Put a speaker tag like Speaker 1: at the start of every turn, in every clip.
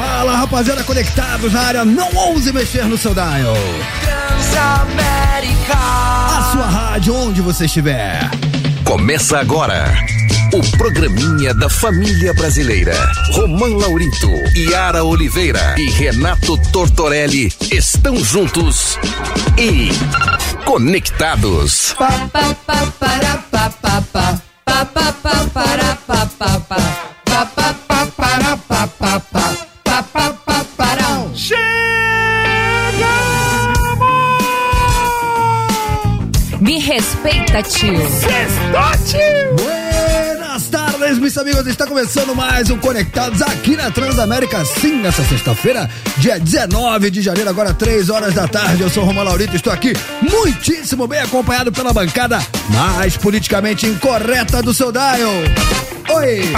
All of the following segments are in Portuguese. Speaker 1: rapaziada conectados na área, não ouse mexer no seu dial.
Speaker 2: Transamérica.
Speaker 1: A sua rádio, onde você estiver.
Speaker 3: Começa agora. O programinha da família brasileira. Roman Laurito, Yara Oliveira e Renato Tortorelli estão juntos e conectados.
Speaker 4: Me respeita, tio.
Speaker 1: Buenas tardes, meus amigos. Está começando mais um Conectados aqui na Transamérica. Sim, nessa sexta-feira, dia 19 de janeiro, agora 3 horas da tarde. Eu sou Romão Laurito e estou aqui muitíssimo bem acompanhado pela bancada mais politicamente incorreta do seu dial. Oi!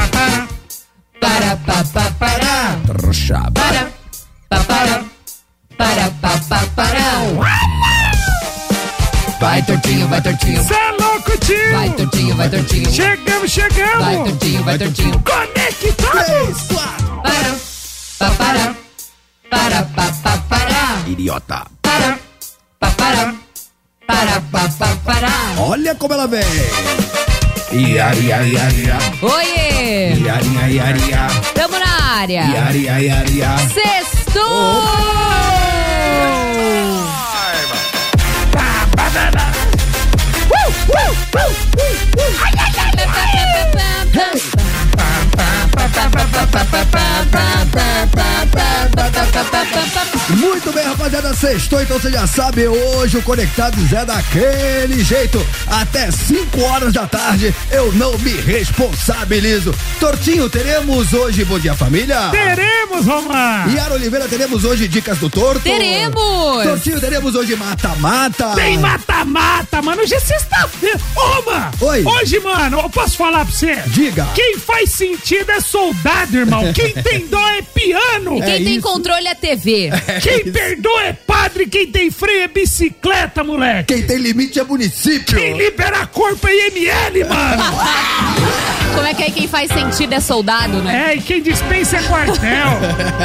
Speaker 4: Para, pa, pa, para.
Speaker 1: Trouxa.
Speaker 4: Para, pa, para. Para, pa, pa, para. Vai, tortinho, vai, tortinho.
Speaker 2: Cê é louco, tio.
Speaker 4: Vai, tortinho, vai, tortinho.
Speaker 2: Chegamos,
Speaker 4: Vai,
Speaker 2: chegamos.
Speaker 4: tortinho, vai, tortinho.
Speaker 2: Conectados.
Speaker 1: Três, quatro.
Speaker 4: Para, pa, para. Para, pa, pa, para.
Speaker 1: Idiota.
Speaker 4: Para, pa, para. Para, pa, pa, para.
Speaker 1: Olha como ela vem. Ia, ia, ia, ia.
Speaker 4: Oiê!
Speaker 1: Ia, ia, ia, ia.
Speaker 4: Tamo na área.
Speaker 1: Ia, ia, ia, ia.
Speaker 4: Sextou!
Speaker 1: Muito bem, rapaziada, sextou, então você já sabe, hoje o Conectados é daquele jeito. Até 5 horas da tarde, eu não me responsabilizo. Tortinho, teremos hoje Bom Dia Família.
Speaker 2: Teremos, Romar.
Speaker 1: Yara Oliveira, teremos hoje Dicas do Torto.
Speaker 4: Teremos.
Speaker 1: Tortinho, teremos Tá hoje Mata-Mata.
Speaker 2: Tem mata-mata, mano. Hoje é sexta-feira. Ô, mano.
Speaker 1: Oi.
Speaker 2: Hoje, mano, eu posso falar pra você?
Speaker 1: Diga.
Speaker 2: Quem faz sentido é soldado, irmão. Quem tem dó é piano.
Speaker 4: Quem tem
Speaker 1: isso.
Speaker 4: controle é TV.
Speaker 2: Quem
Speaker 1: isso.
Speaker 2: perdoa é padre. Quem tem freio é bicicleta, moleque.
Speaker 1: Quem tem limite é município.
Speaker 2: Quem libera corpo é IML, mano.
Speaker 4: Como é que aí quem faz sentido é soldado, né?
Speaker 2: É, e quem dispensa é quartel.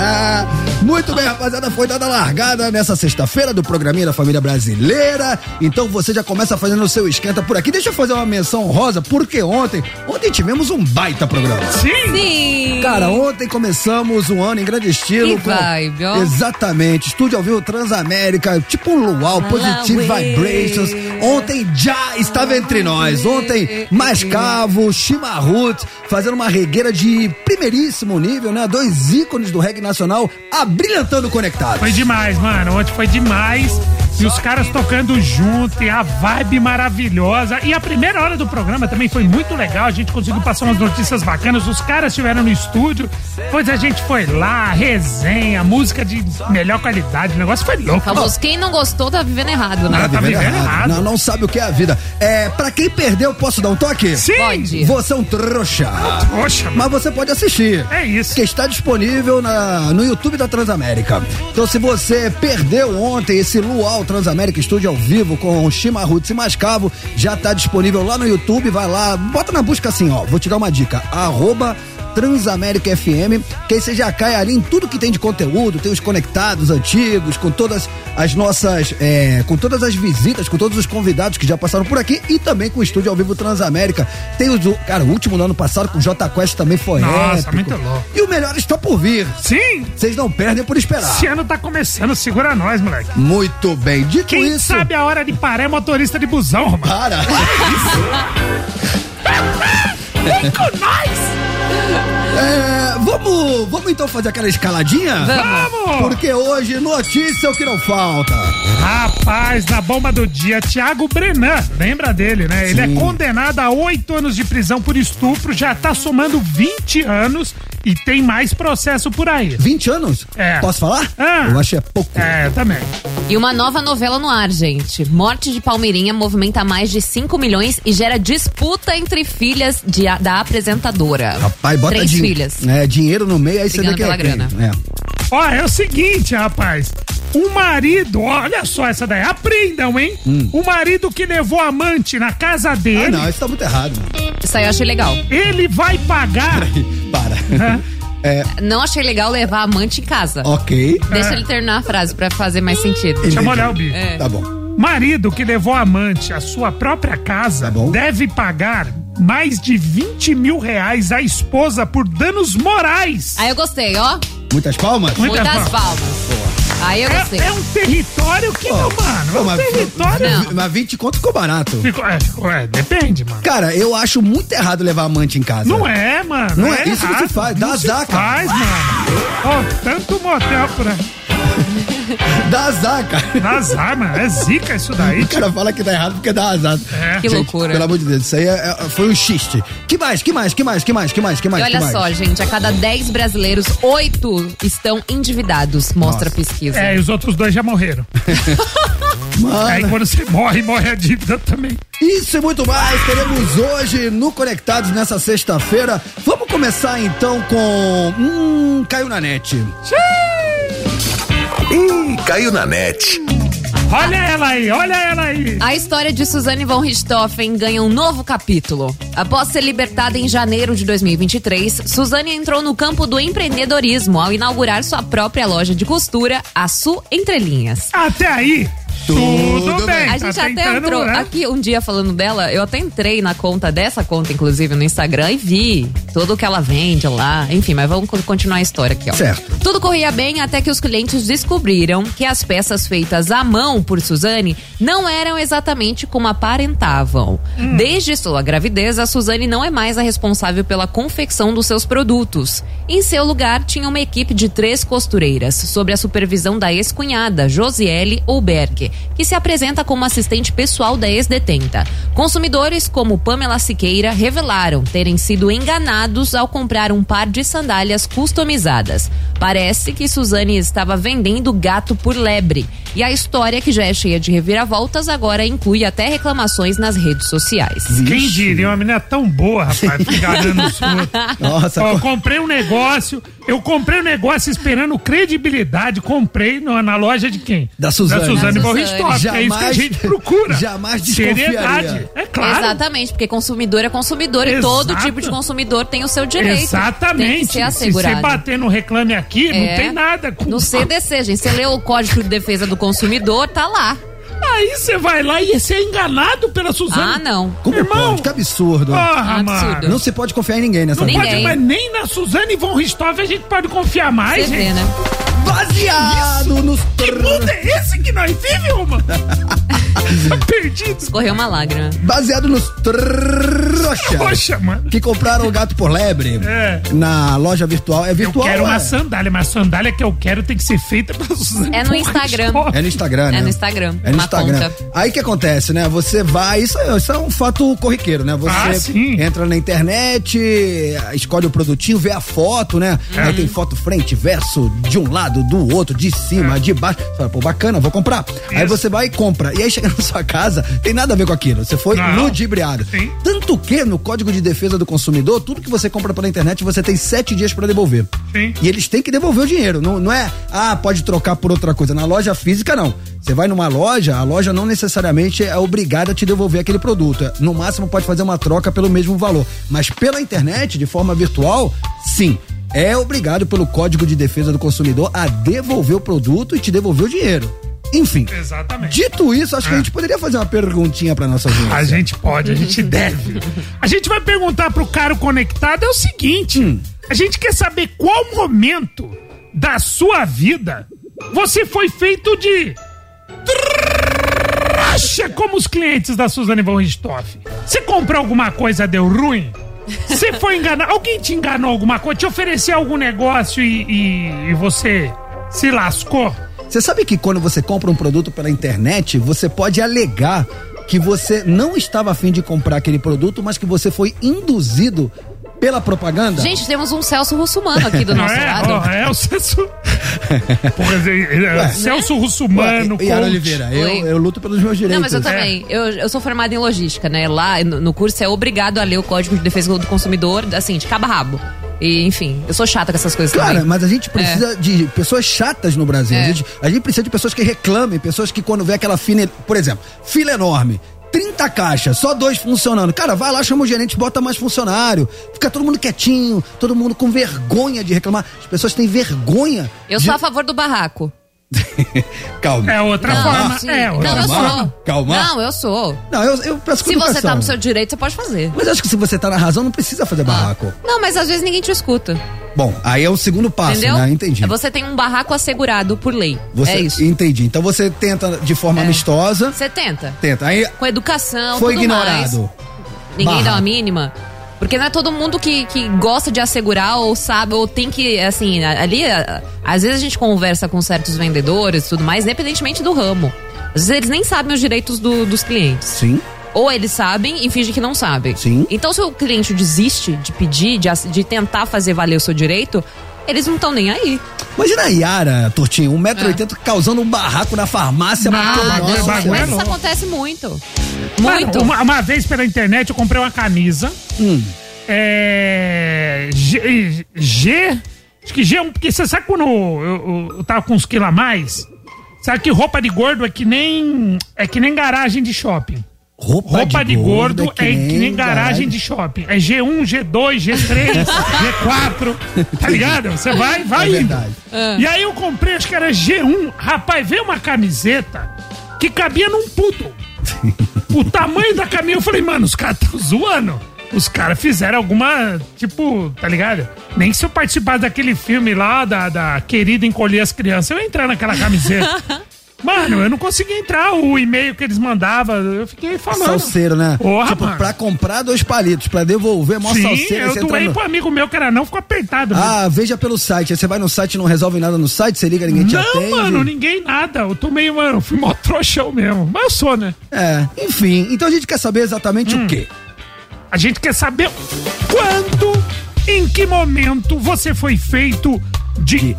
Speaker 1: Muito bem, rapaziada, foi dada a largada nessa sexta-feira do programinha da Família Brasileira. Então você já começa fazendo o seu esquenta por aqui. Deixa eu fazer uma menção rosa, porque ontem, ontem tivemos um baita programa.
Speaker 2: Sim.
Speaker 4: Sim.
Speaker 1: Cara, ontem começamos um ano em grande estilo.
Speaker 4: Que vibe, ó.
Speaker 1: Exatamente. Estúdio ao vivo Transamérica, tipo um luau, Positive Vibrations. Ontem já estava entre nós. Ontem, Mascavo, Chimarrut, fazendo uma regueira de primeiríssimo nível, né? Dois ícones do reggae nacional, abrilhantando o conectado.
Speaker 2: Foi demais, mano. Ontem foi demais. E os caras tocando junto, e a vibe maravilhosa. E a primeira hora do programa também foi muito legal. A gente conseguiu passar umas notícias bacanas. Os caras estiveram no estúdio, depois a gente foi lá, resenha, música de melhor qualidade. O negócio foi louco.
Speaker 4: Famoso, quem não gostou tá vivendo errado, né?
Speaker 2: Tá
Speaker 1: Tá vivendo
Speaker 2: vivendo errado.
Speaker 1: Não, não sabe o que é a vida. É, pra quem perdeu, posso dar um toque?
Speaker 2: Sim!
Speaker 4: Pode.
Speaker 1: Você é um trouxa.
Speaker 2: Poxa, mano.
Speaker 1: Mas você pode assistir.
Speaker 2: É isso.
Speaker 1: Que está disponível na- no YouTube da Transamérica. Então, se você perdeu ontem esse Luau Transamérica Estúdio ao vivo com Shima Roots e Mascavo, já está disponível lá no YouTube. Vai lá, bota na busca assim, ó. Vou te dar uma dica. Arroba Transamérica FM, que aí você já cai ali em tudo que tem de conteúdo, tem os conectados antigos, com todas as nossas, é, com todas as visitas, com todos os convidados que já passaram por aqui e também com o estúdio ao vivo Transamérica. Tem os, do- cara, o último no ano passado com o J Quest também foi
Speaker 2: Nossa,
Speaker 1: é épico.
Speaker 2: muito louco.
Speaker 1: E o melhor está por vir.
Speaker 2: Sim!
Speaker 1: Vocês não perdem por esperar.
Speaker 2: Esse ano tá começando, segura nós, moleque.
Speaker 1: Muito bem. Dito
Speaker 2: Quem
Speaker 1: isso.
Speaker 2: sabe a hora de parar é motorista de busão, Romano.
Speaker 1: Para.
Speaker 2: Vem com nós!
Speaker 1: É, vamos, vamos então fazer aquela escaladinha?
Speaker 2: Vamos!
Speaker 1: Porque hoje notícia é o que não falta.
Speaker 2: Rapaz, na bomba do dia, Thiago Brenan, lembra dele, né? Ele
Speaker 1: Sim.
Speaker 2: é condenado a oito anos de prisão por estupro, já tá somando 20 anos e tem mais processo por aí.
Speaker 1: 20 anos?
Speaker 2: É.
Speaker 1: Posso falar?
Speaker 2: Ah.
Speaker 1: Eu acho que é pouco.
Speaker 2: É, também.
Speaker 4: E uma nova novela no ar, gente. Morte de Palmeirinha movimenta mais de 5 milhões e gera disputa entre filhas de a- da apresentadora.
Speaker 1: Rapaz, bota
Speaker 4: Três
Speaker 1: din-
Speaker 4: filhas.
Speaker 1: É, dinheiro no meio, aí você vê
Speaker 4: Brigando
Speaker 1: que é
Speaker 4: pela grana.
Speaker 1: crime. É.
Speaker 2: Ó, é o seguinte, rapaz. O marido, olha só essa daí, aprendam, hein? O marido que levou a amante na casa
Speaker 1: Hum. Ah,
Speaker 2: dele,
Speaker 1: não, isso tá muito errado. mano.
Speaker 4: Isso aí eu achei legal.
Speaker 2: ele vai pagar
Speaker 1: Para.
Speaker 2: né,
Speaker 1: É.
Speaker 4: Não achei legal levar a amante em casa.
Speaker 1: Ok.
Speaker 4: Deixa ele terminar a frase pra fazer mais sentido.
Speaker 2: Deixa eu
Speaker 1: Entendi.
Speaker 2: molhar o bico.
Speaker 4: É.
Speaker 1: Tá bom.
Speaker 2: Marido que levou a amante à sua própria casa
Speaker 1: Tá bom.
Speaker 2: deve pagar mais de 20 mil reais à esposa por danos morais.
Speaker 4: Aí eu gostei, ó.
Speaker 1: Muitas palmas?
Speaker 2: Muito
Speaker 4: Muitas
Speaker 2: bom.
Speaker 4: palmas. Aí eu gostei.
Speaker 2: É, é um território que não, mano. É um
Speaker 1: mas,
Speaker 2: território.
Speaker 4: Não.
Speaker 1: mas 20 conto ficou barato.
Speaker 2: Ficou- é, ficou- é, depende, mano.
Speaker 1: Cara, eu acho muito errado levar amante em casa.
Speaker 2: Não é, mano.
Speaker 1: Não é, isso não se
Speaker 2: errado,
Speaker 1: faz, dá
Speaker 2: não se
Speaker 1: azar, cara.
Speaker 2: faz, mano. Ó, tanto motel por aí.
Speaker 1: Dá azar, cara.
Speaker 2: Dá azar, mano. É zica isso daí.
Speaker 1: O cara fala que dá errado porque dá azar.
Speaker 2: É.
Speaker 4: Que loucura.
Speaker 1: Pelo amor de Deus, isso aí é- é- foi um xiste. Que mais, que mais, que mais, que mais, que mais, que
Speaker 4: E
Speaker 1: mais?
Speaker 4: olha
Speaker 1: que mais?
Speaker 4: só, gente, a cada 10 brasileiros, 8 estão endividados, mostra a pesquisa.
Speaker 2: É, e os outros dois já morreram. Aí
Speaker 1: Mano,
Speaker 2: quando você morre, morre a dívida também.
Speaker 1: isso e muito mais teremos hoje no Conectados nessa sexta-feira. Vamos começar então com. Hum, caiu na net.
Speaker 3: Ih, caiu na net.
Speaker 2: Olha ela aí, olha ela aí.
Speaker 4: A história de Suzane von Richthofen ganha um novo capítulo. Após ser libertada em janeiro de 2023, Suzane entrou no campo do empreendedorismo ao inaugurar sua própria loja de costura, a Su Entrelinhas.
Speaker 2: Até aí, tudo,
Speaker 1: Tudo
Speaker 2: bem.
Speaker 1: bem.
Speaker 4: A
Speaker 2: Tá
Speaker 4: gente até
Speaker 2: tentando,
Speaker 4: entrou
Speaker 2: né?
Speaker 4: aqui um dia falando dela, eu até entrei na conta dessa conta, inclusive, no Instagram e vi tudo que ela vende lá. Enfim, mas vamos co- continuar a história aqui, ó.
Speaker 1: Certo.
Speaker 4: Tudo corria bem até que os clientes descobriram que as peças feitas à mão por Suzane não eram exatamente como aparentavam. Desde sua gravidez, a Suzane não é mais a responsável pela confecção dos seus produtos. Em seu lugar, tinha uma equipe de três costureiras, sob a supervisão da ex-cunhada, Josiele Olberg, que se apresenta como assistente pessoal da ex-detenta. Consumidores como Pamela Siqueira revelaram terem sido enganados ao comprar um par de sandálias customizadas. Parece que Suzane estava vendendo gato por lebre. E a história, que já é cheia de reviravoltas, agora inclui até reclamações nas redes sociais.
Speaker 2: Quem
Speaker 1: Vixe.
Speaker 2: diria, uma menina tão boa, rapaz, ficar dando os outros.
Speaker 1: Nossa,
Speaker 2: Ó, eu
Speaker 1: co-
Speaker 2: comprei um negócio, eu comprei um negócio esperando credibilidade, comprei no- na loja de quem?
Speaker 1: Da Suzane.
Speaker 2: Da Suzane
Speaker 4: Da
Speaker 2: Borristoff, é isso que a
Speaker 1: Jamais-
Speaker 2: gente procura.
Speaker 1: jamais
Speaker 2: Seriedade,
Speaker 1: desconfiaria.
Speaker 2: é claro.
Speaker 4: Exatamente, porque consumidor é consumidor e
Speaker 2: Exato.
Speaker 4: todo tipo de consumidor tem o seu direito. Tem que
Speaker 2: Exatamente.
Speaker 4: ser
Speaker 2: Se você
Speaker 4: assegurado.
Speaker 2: bater no reclame aqui, não
Speaker 4: É.
Speaker 2: tem nada. com-
Speaker 4: No CDC, gente. Você lê o Código de Defesa do Consumidor, tá lá.
Speaker 2: Aí você vai lá e você é enganado pela Suzane.
Speaker 4: Ah, não.
Speaker 1: como
Speaker 2: Irmão.
Speaker 1: pode? Que absurdo.
Speaker 2: Porra,
Speaker 4: Absurdo.
Speaker 2: mano.
Speaker 1: Não se pode confiar em ninguém nessa
Speaker 4: Não
Speaker 1: vida.
Speaker 2: Pode,
Speaker 4: Ninguém.
Speaker 2: mas nem na Suzane von Ristoff a gente pode confiar mais,
Speaker 4: Você vê,
Speaker 2: gente.
Speaker 4: né?
Speaker 1: Baseado nos.
Speaker 2: Que mundo é esse que nós vive, Romano? tá perdido.
Speaker 4: Correu uma lágrima.
Speaker 1: Baseado nos. Trouxa.
Speaker 2: Poxa, mano.
Speaker 1: Que compraram o gato por lebre
Speaker 2: É.
Speaker 1: na loja virtual. É
Speaker 2: Eu
Speaker 1: virtual.
Speaker 2: quero
Speaker 1: é?
Speaker 2: uma sandália, mas a sandália que eu quero tem que ser feita pela Suzane.
Speaker 4: É no
Speaker 2: von
Speaker 4: Instagram.
Speaker 2: Richthofen.
Speaker 1: É no Instagram, né?
Speaker 4: É no Instagram,
Speaker 1: É no
Speaker 4: uma
Speaker 1: Instagram.
Speaker 4: conta.
Speaker 1: Aí o que acontece, né? Você vai. Isso, é- isso é um fato corriqueiro, né? Você
Speaker 2: Ah, sim.
Speaker 1: entra na internet, escolhe o produtinho, vê a foto, né?
Speaker 2: É.
Speaker 1: Aí tem foto frente, verso, de um lado, do outro, de cima, de baixo. Você fala, pô, bacana, vou comprar. Aí
Speaker 2: É. Isso.
Speaker 1: você vai e compra. E aí chega na sua casa, tem nada a ver com aquilo. Você foi
Speaker 2: Não.
Speaker 1: ludibriado.
Speaker 2: Sim.
Speaker 1: Tanto que no Código de Defesa do Consumidor, tudo que você compra pela internet, você tem sete dias pra devolver.
Speaker 2: Sim.
Speaker 1: E eles têm que devolver o dinheiro. Não, não é, ah, pode trocar por outra coisa. Na loja física, não. Você vai numa loja, a loja não necessariamente é obrigada a te devolver aquele produto. É, No máximo, pode fazer uma troca pelo mesmo valor. Mas pela internet, de forma virtual, sim. É obrigado pelo Código de Defesa do Consumidor a devolver o produto e te devolver o dinheiro. Enfim.
Speaker 2: Exatamente. É.
Speaker 1: Dito isso, acho que a gente poderia fazer uma perguntinha pra nossa audiência.
Speaker 2: A gente pode, a gente deve. A gente vai perguntar pro cara conectado é o seguinte: a gente quer saber qual momento da sua vida você foi feito de trouxa como os clientes da Suzane von Richthofen. Você comprou alguma coisa, deu ruim? Você foi enganar? Alguém te enganou alguma coisa? Te ofereceu algum negócio e, e- e você se lascou?
Speaker 1: Você sabe que quando você compra um produto pela internet, você pode alegar que você não estava afim de comprar aquele produto, mas que você foi induzido pela propaganda?
Speaker 4: Gente, temos um Celso Russumano aqui do
Speaker 2: Não
Speaker 4: nosso
Speaker 2: é?
Speaker 4: lado.
Speaker 2: Ó, é o Celso. Porra, ele- é, Celso Russumano.
Speaker 1: né? e Yara
Speaker 2: coach.
Speaker 1: Oliveira, eu,
Speaker 4: Oi.
Speaker 1: eu luto pelos meus direitos. né?
Speaker 4: Não, mas eu também.
Speaker 2: É.
Speaker 4: Eu, eu sou formada em logística, né? Lá no, no curso é obrigado a ler o Código de Defesa do Consumidor, assim, de cabo a rabo. E, enfim, eu sou chata com essas coisas
Speaker 1: Cara,
Speaker 4: também. É.
Speaker 1: mas a gente precisa de pessoas chatas no Brasil. A, gente, a gente precisa de pessoas que reclamem, pessoas que quando vê aquela fila, por exemplo, fila enorme. 30 caixas, só dois funcionando. Cara, vai lá, chama o gerente, bota mais funcionário. Fica todo mundo quietinho, todo mundo com vergonha de reclamar. As pessoas têm vergonha.
Speaker 4: Eu
Speaker 1: de...
Speaker 4: sou a favor do barraco.
Speaker 1: Calma.
Speaker 2: É outra
Speaker 4: Não,
Speaker 2: forma.
Speaker 4: sim.
Speaker 2: É outra
Speaker 4: não, eu
Speaker 1: Calma,
Speaker 4: sou.
Speaker 1: calma.
Speaker 4: Não, eu sou.
Speaker 1: Não, eu, eu peço
Speaker 4: Se você tá no seu direito, você pode fazer.
Speaker 1: Mas eu acho que se você tá na razão, não precisa
Speaker 4: Ah.
Speaker 1: fazer barraco.
Speaker 4: Não, mas às vezes ninguém te escuta.
Speaker 1: Bom, aí é o segundo passo,
Speaker 4: entendeu?
Speaker 1: né? Entendi.
Speaker 4: É Você tem um barraco assegurado por lei.
Speaker 1: Você-
Speaker 4: é isso. É.
Speaker 1: Entendi. Então você tenta de forma amistosa.
Speaker 4: Você tenta.
Speaker 1: Tenta. Aí
Speaker 4: Com educação,
Speaker 1: foi
Speaker 4: tudo mais.
Speaker 1: ignorado.
Speaker 4: Ninguém
Speaker 1: Barra.
Speaker 4: dá uma mínima. Porque não é todo mundo que, que gosta de assegurar ou sabe, ou tem que, assim, a- ali, a- às vezes a gente conversa com certos vendedores e tudo mais, independentemente do ramo. Às vezes eles nem sabem os direitos do- dos clientes.
Speaker 1: Sim.
Speaker 4: Ou eles sabem e fingem que não sabem.
Speaker 1: Sim.
Speaker 4: Então, se o cliente desiste de pedir, de, ass- de tentar fazer valer o seu direito, eles não estão nem aí.
Speaker 1: Imagina a Yara, Tortinho,
Speaker 2: É.
Speaker 1: 1,80m causando um barraco na farmácia.
Speaker 4: Ah,
Speaker 1: porque-
Speaker 2: não,
Speaker 1: Nossa,
Speaker 2: bagulho
Speaker 1: cara.
Speaker 2: é
Speaker 4: mas isso
Speaker 2: louco.
Speaker 4: acontece muito.
Speaker 2: Mano,
Speaker 4: Muito.
Speaker 2: uma, uma vez pela internet eu comprei uma camisa. É. G, G- Acho que G é um. Porque você sabe quando eu, eu- eu tava com uns quilos a mais? Sabe que roupa de gordo é que nem. É que nem garagem de shopping.
Speaker 1: Roupa,
Speaker 2: Roupa de gordo, é que nem, garagem
Speaker 1: de
Speaker 2: de shopping. É G1, G2, G3, G4. Tá ligado? Você vai, vai
Speaker 1: É
Speaker 2: indo.
Speaker 1: verdade.
Speaker 2: E aí eu comprei, acho que era G1. Rapaz, veio uma camiseta que cabia num puto. O tamanho da camisa, eu falei, mano, os caras estão zoando. Os caras fizeram alguma, tipo, tá ligado? Nem se eu participasse daquele filme lá da, da Querida Encolher as Crianças, eu ia entrar naquela camiseta. Mano, eu não consegui entrar. O e-mail que eles mandavam, eu fiquei falando.
Speaker 1: Salseiro, né?
Speaker 2: Porra,
Speaker 1: tipo,
Speaker 2: mano.
Speaker 1: pra comprar dois palitos, pra devolver, mó
Speaker 2: Sim,
Speaker 1: salseiro.
Speaker 2: eu
Speaker 1: você entra
Speaker 2: doei
Speaker 1: no-
Speaker 2: pro amigo meu que era não, ficou apertado. mano.
Speaker 1: Ah, veja pelo site. Aí Você vai no site, não resolve nada no site, você liga, ninguém te
Speaker 2: não,
Speaker 1: atende.
Speaker 2: mano, ninguém nada. Eu tomei, mano, fui mó trouxão mesmo. Mas eu sou, né? Hum.
Speaker 1: É, enfim. Então a gente quer saber exatamente o quê?
Speaker 2: A gente quer saber quando, em que momento você foi feito de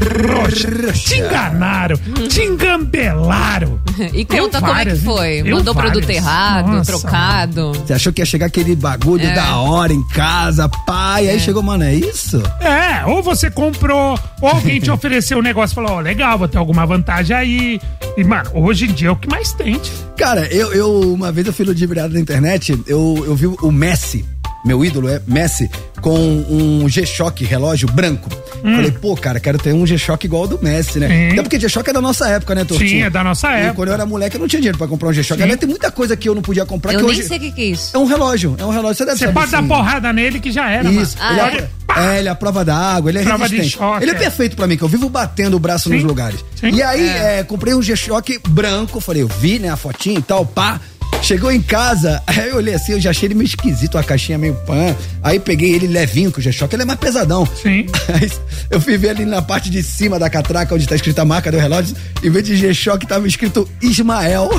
Speaker 2: trouxa. Te enganaram, te engambelaram.
Speaker 4: E
Speaker 2: Eu
Speaker 4: conta como é que
Speaker 2: várias,
Speaker 4: foi.
Speaker 2: eu
Speaker 4: Mandou produto
Speaker 2: várias.
Speaker 4: errado,
Speaker 2: Nossa,
Speaker 4: trocado.
Speaker 1: Você achou que ia chegar aquele bagulho
Speaker 2: É.
Speaker 1: da hora em casa, pai. Aí chegou, mano, é isso?
Speaker 2: É, ou você comprou, ou alguém te ofereceu um negócio e falou, ó, legal, vou ter alguma vantagem aí. E, mano, hoje em dia é o que mais tem.
Speaker 1: Cara, eu, eu uma vez eu fui ludibriado na internet, eu, eu vi o Messi, meu ídolo é Messi, com um G-Shock relógio branco. Falei, pô, cara, quero ter um G-Shock igual ao do Messi, né?
Speaker 2: Hum. Sim.
Speaker 1: Até porque G-Shock é da nossa época, né, Tortinho?
Speaker 2: Sim, é da nossa
Speaker 1: E
Speaker 2: época.
Speaker 1: quando eu era moleque, eu não tinha dinheiro pra comprar um G-Shock.
Speaker 2: Sim.
Speaker 1: Aliás, tem muita coisa que eu não podia comprar
Speaker 4: Eu
Speaker 1: que
Speaker 4: nem
Speaker 1: hoje...
Speaker 4: sei o que, que é isso.
Speaker 1: É um relógio, é um relógio. Você deve
Speaker 2: Você
Speaker 1: saber,
Speaker 2: pode dar
Speaker 1: sim.
Speaker 2: porrada nele que já era,
Speaker 1: Isso.
Speaker 2: mano.
Speaker 1: ele,
Speaker 2: Olha,
Speaker 1: é,
Speaker 2: pá!
Speaker 1: é, ele é a prova da água, ele é
Speaker 2: Prova de
Speaker 1: resistente.
Speaker 2: choque,
Speaker 1: ele é
Speaker 2: é.
Speaker 1: perfeito pra mim, que eu vivo batendo o braço nos
Speaker 2: Sim.
Speaker 1: lugares.
Speaker 2: Sim.
Speaker 1: E aí, é, comprei um G-Shock branco, falei, eu vi, né, a fotinha e tal, pá. Chegou em casa, aí eu olhei assim, eu já achei ele meio esquisito, a caixinha meio pan. Aí peguei ele levinho, que o G-Shock ele é mais pesadão.
Speaker 2: Sim.
Speaker 1: Aí eu fui ver ali na parte de cima da catraca, onde tá escrita a marca do relógio, em vez de G-Shock tava escrito Ismael.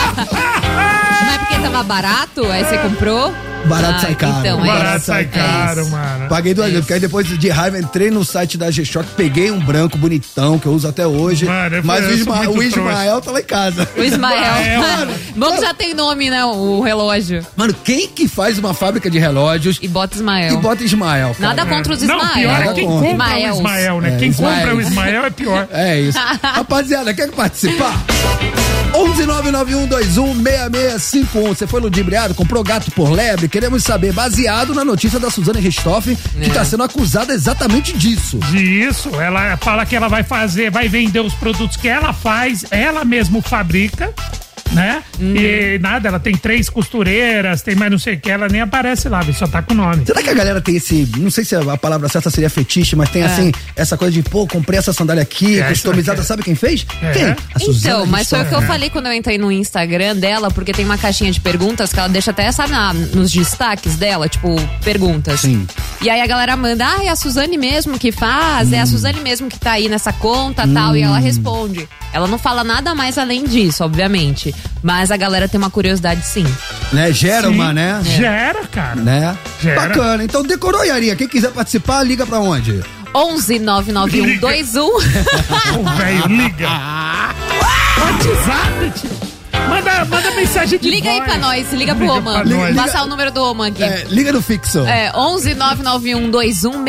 Speaker 4: Mas é porque tava barato, aí você comprou?
Speaker 1: Barato
Speaker 4: Ah,
Speaker 1: sai caro.
Speaker 4: Então, é
Speaker 2: Barato
Speaker 4: isso,
Speaker 2: sai
Speaker 4: é
Speaker 2: caro,
Speaker 4: isso. É
Speaker 2: mano.
Speaker 1: Paguei duas vezes, porque aí depois de raiva entrei no site da G-Shock, peguei um branco bonitão que eu uso até hoje.
Speaker 2: Mano, eu
Speaker 1: mas
Speaker 2: fui-
Speaker 1: o,
Speaker 2: eu sou
Speaker 1: Isma-
Speaker 2: muito
Speaker 1: o Ismael tá lá em casa.
Speaker 4: O Ismael.
Speaker 2: Ismael.
Speaker 4: Bom que já tem nome, né? O relógio.
Speaker 1: Mano, quem que faz uma fábrica de relógios
Speaker 4: E bota Ismael.
Speaker 1: e bota Ismael? cara?
Speaker 4: Nada contra os Ismael.
Speaker 2: Não, pior é quem compra
Speaker 4: Ismaels.
Speaker 2: o Ismael, né?
Speaker 1: É,
Speaker 2: quem
Speaker 1: Ismael.
Speaker 2: compra o Ismael é pior.
Speaker 1: É isso. Rapaziada, quer participar? 11991216651. Você foi ludibriado, comprou gato por lebre? Queremos saber, baseado na notícia da Suzane Ristoffen, que
Speaker 4: É.
Speaker 1: tá sendo acusada exatamente disso.
Speaker 2: Disso, ela fala que ela vai fazer, vai vender os produtos que ela faz, ela mesmo fabrica, né?
Speaker 1: Uhum.
Speaker 2: E nada, ela tem três costureiras, tem mais não sei o que, ela nem aparece lá, só tá com o nome.
Speaker 1: Será que a galera tem esse. Não sei se a palavra certa seria fetiche, mas
Speaker 4: É.
Speaker 1: tem assim, essa coisa de, pô, comprei essa sandália aqui,
Speaker 2: É,
Speaker 1: customizada,
Speaker 2: isso aqui.
Speaker 1: sabe quem fez?
Speaker 2: É.
Speaker 1: Quem? A Suzana
Speaker 4: Então, mas foi o que eu
Speaker 1: Ristoffen.
Speaker 4: falei quando eu entrei no Instagram dela, porque tem uma caixinha de perguntas que ela deixa até essa na- nos destaques dela, tipo, perguntas.
Speaker 1: Sim.
Speaker 4: E aí a galera manda, ah, é a Suzane mesmo que faz, é a Suzane mesmo que tá aí nessa conta tal, e ela responde. Ela não fala nada mais além disso, obviamente. Mas a galera tem uma curiosidade sim.
Speaker 1: Né? Gera uma,
Speaker 2: Sim,
Speaker 1: né?
Speaker 2: Gera, cara.
Speaker 1: Né?
Speaker 2: Gera.
Speaker 1: Bacana. Então decorou, Yarinha. Quem quiser participar, liga pra onde?
Speaker 4: 11 991 21
Speaker 1: Ah,
Speaker 2: Ô, velho, liga. WhatsApp, tio. Ah! Manda, manda mensagem de
Speaker 4: Liga aí
Speaker 2: voz.
Speaker 4: pra nós, liga pro Oman.
Speaker 2: pra nós.
Speaker 4: Passar o número do Oman aqui.
Speaker 1: É, liga no fixo.
Speaker 4: É, 11 991 21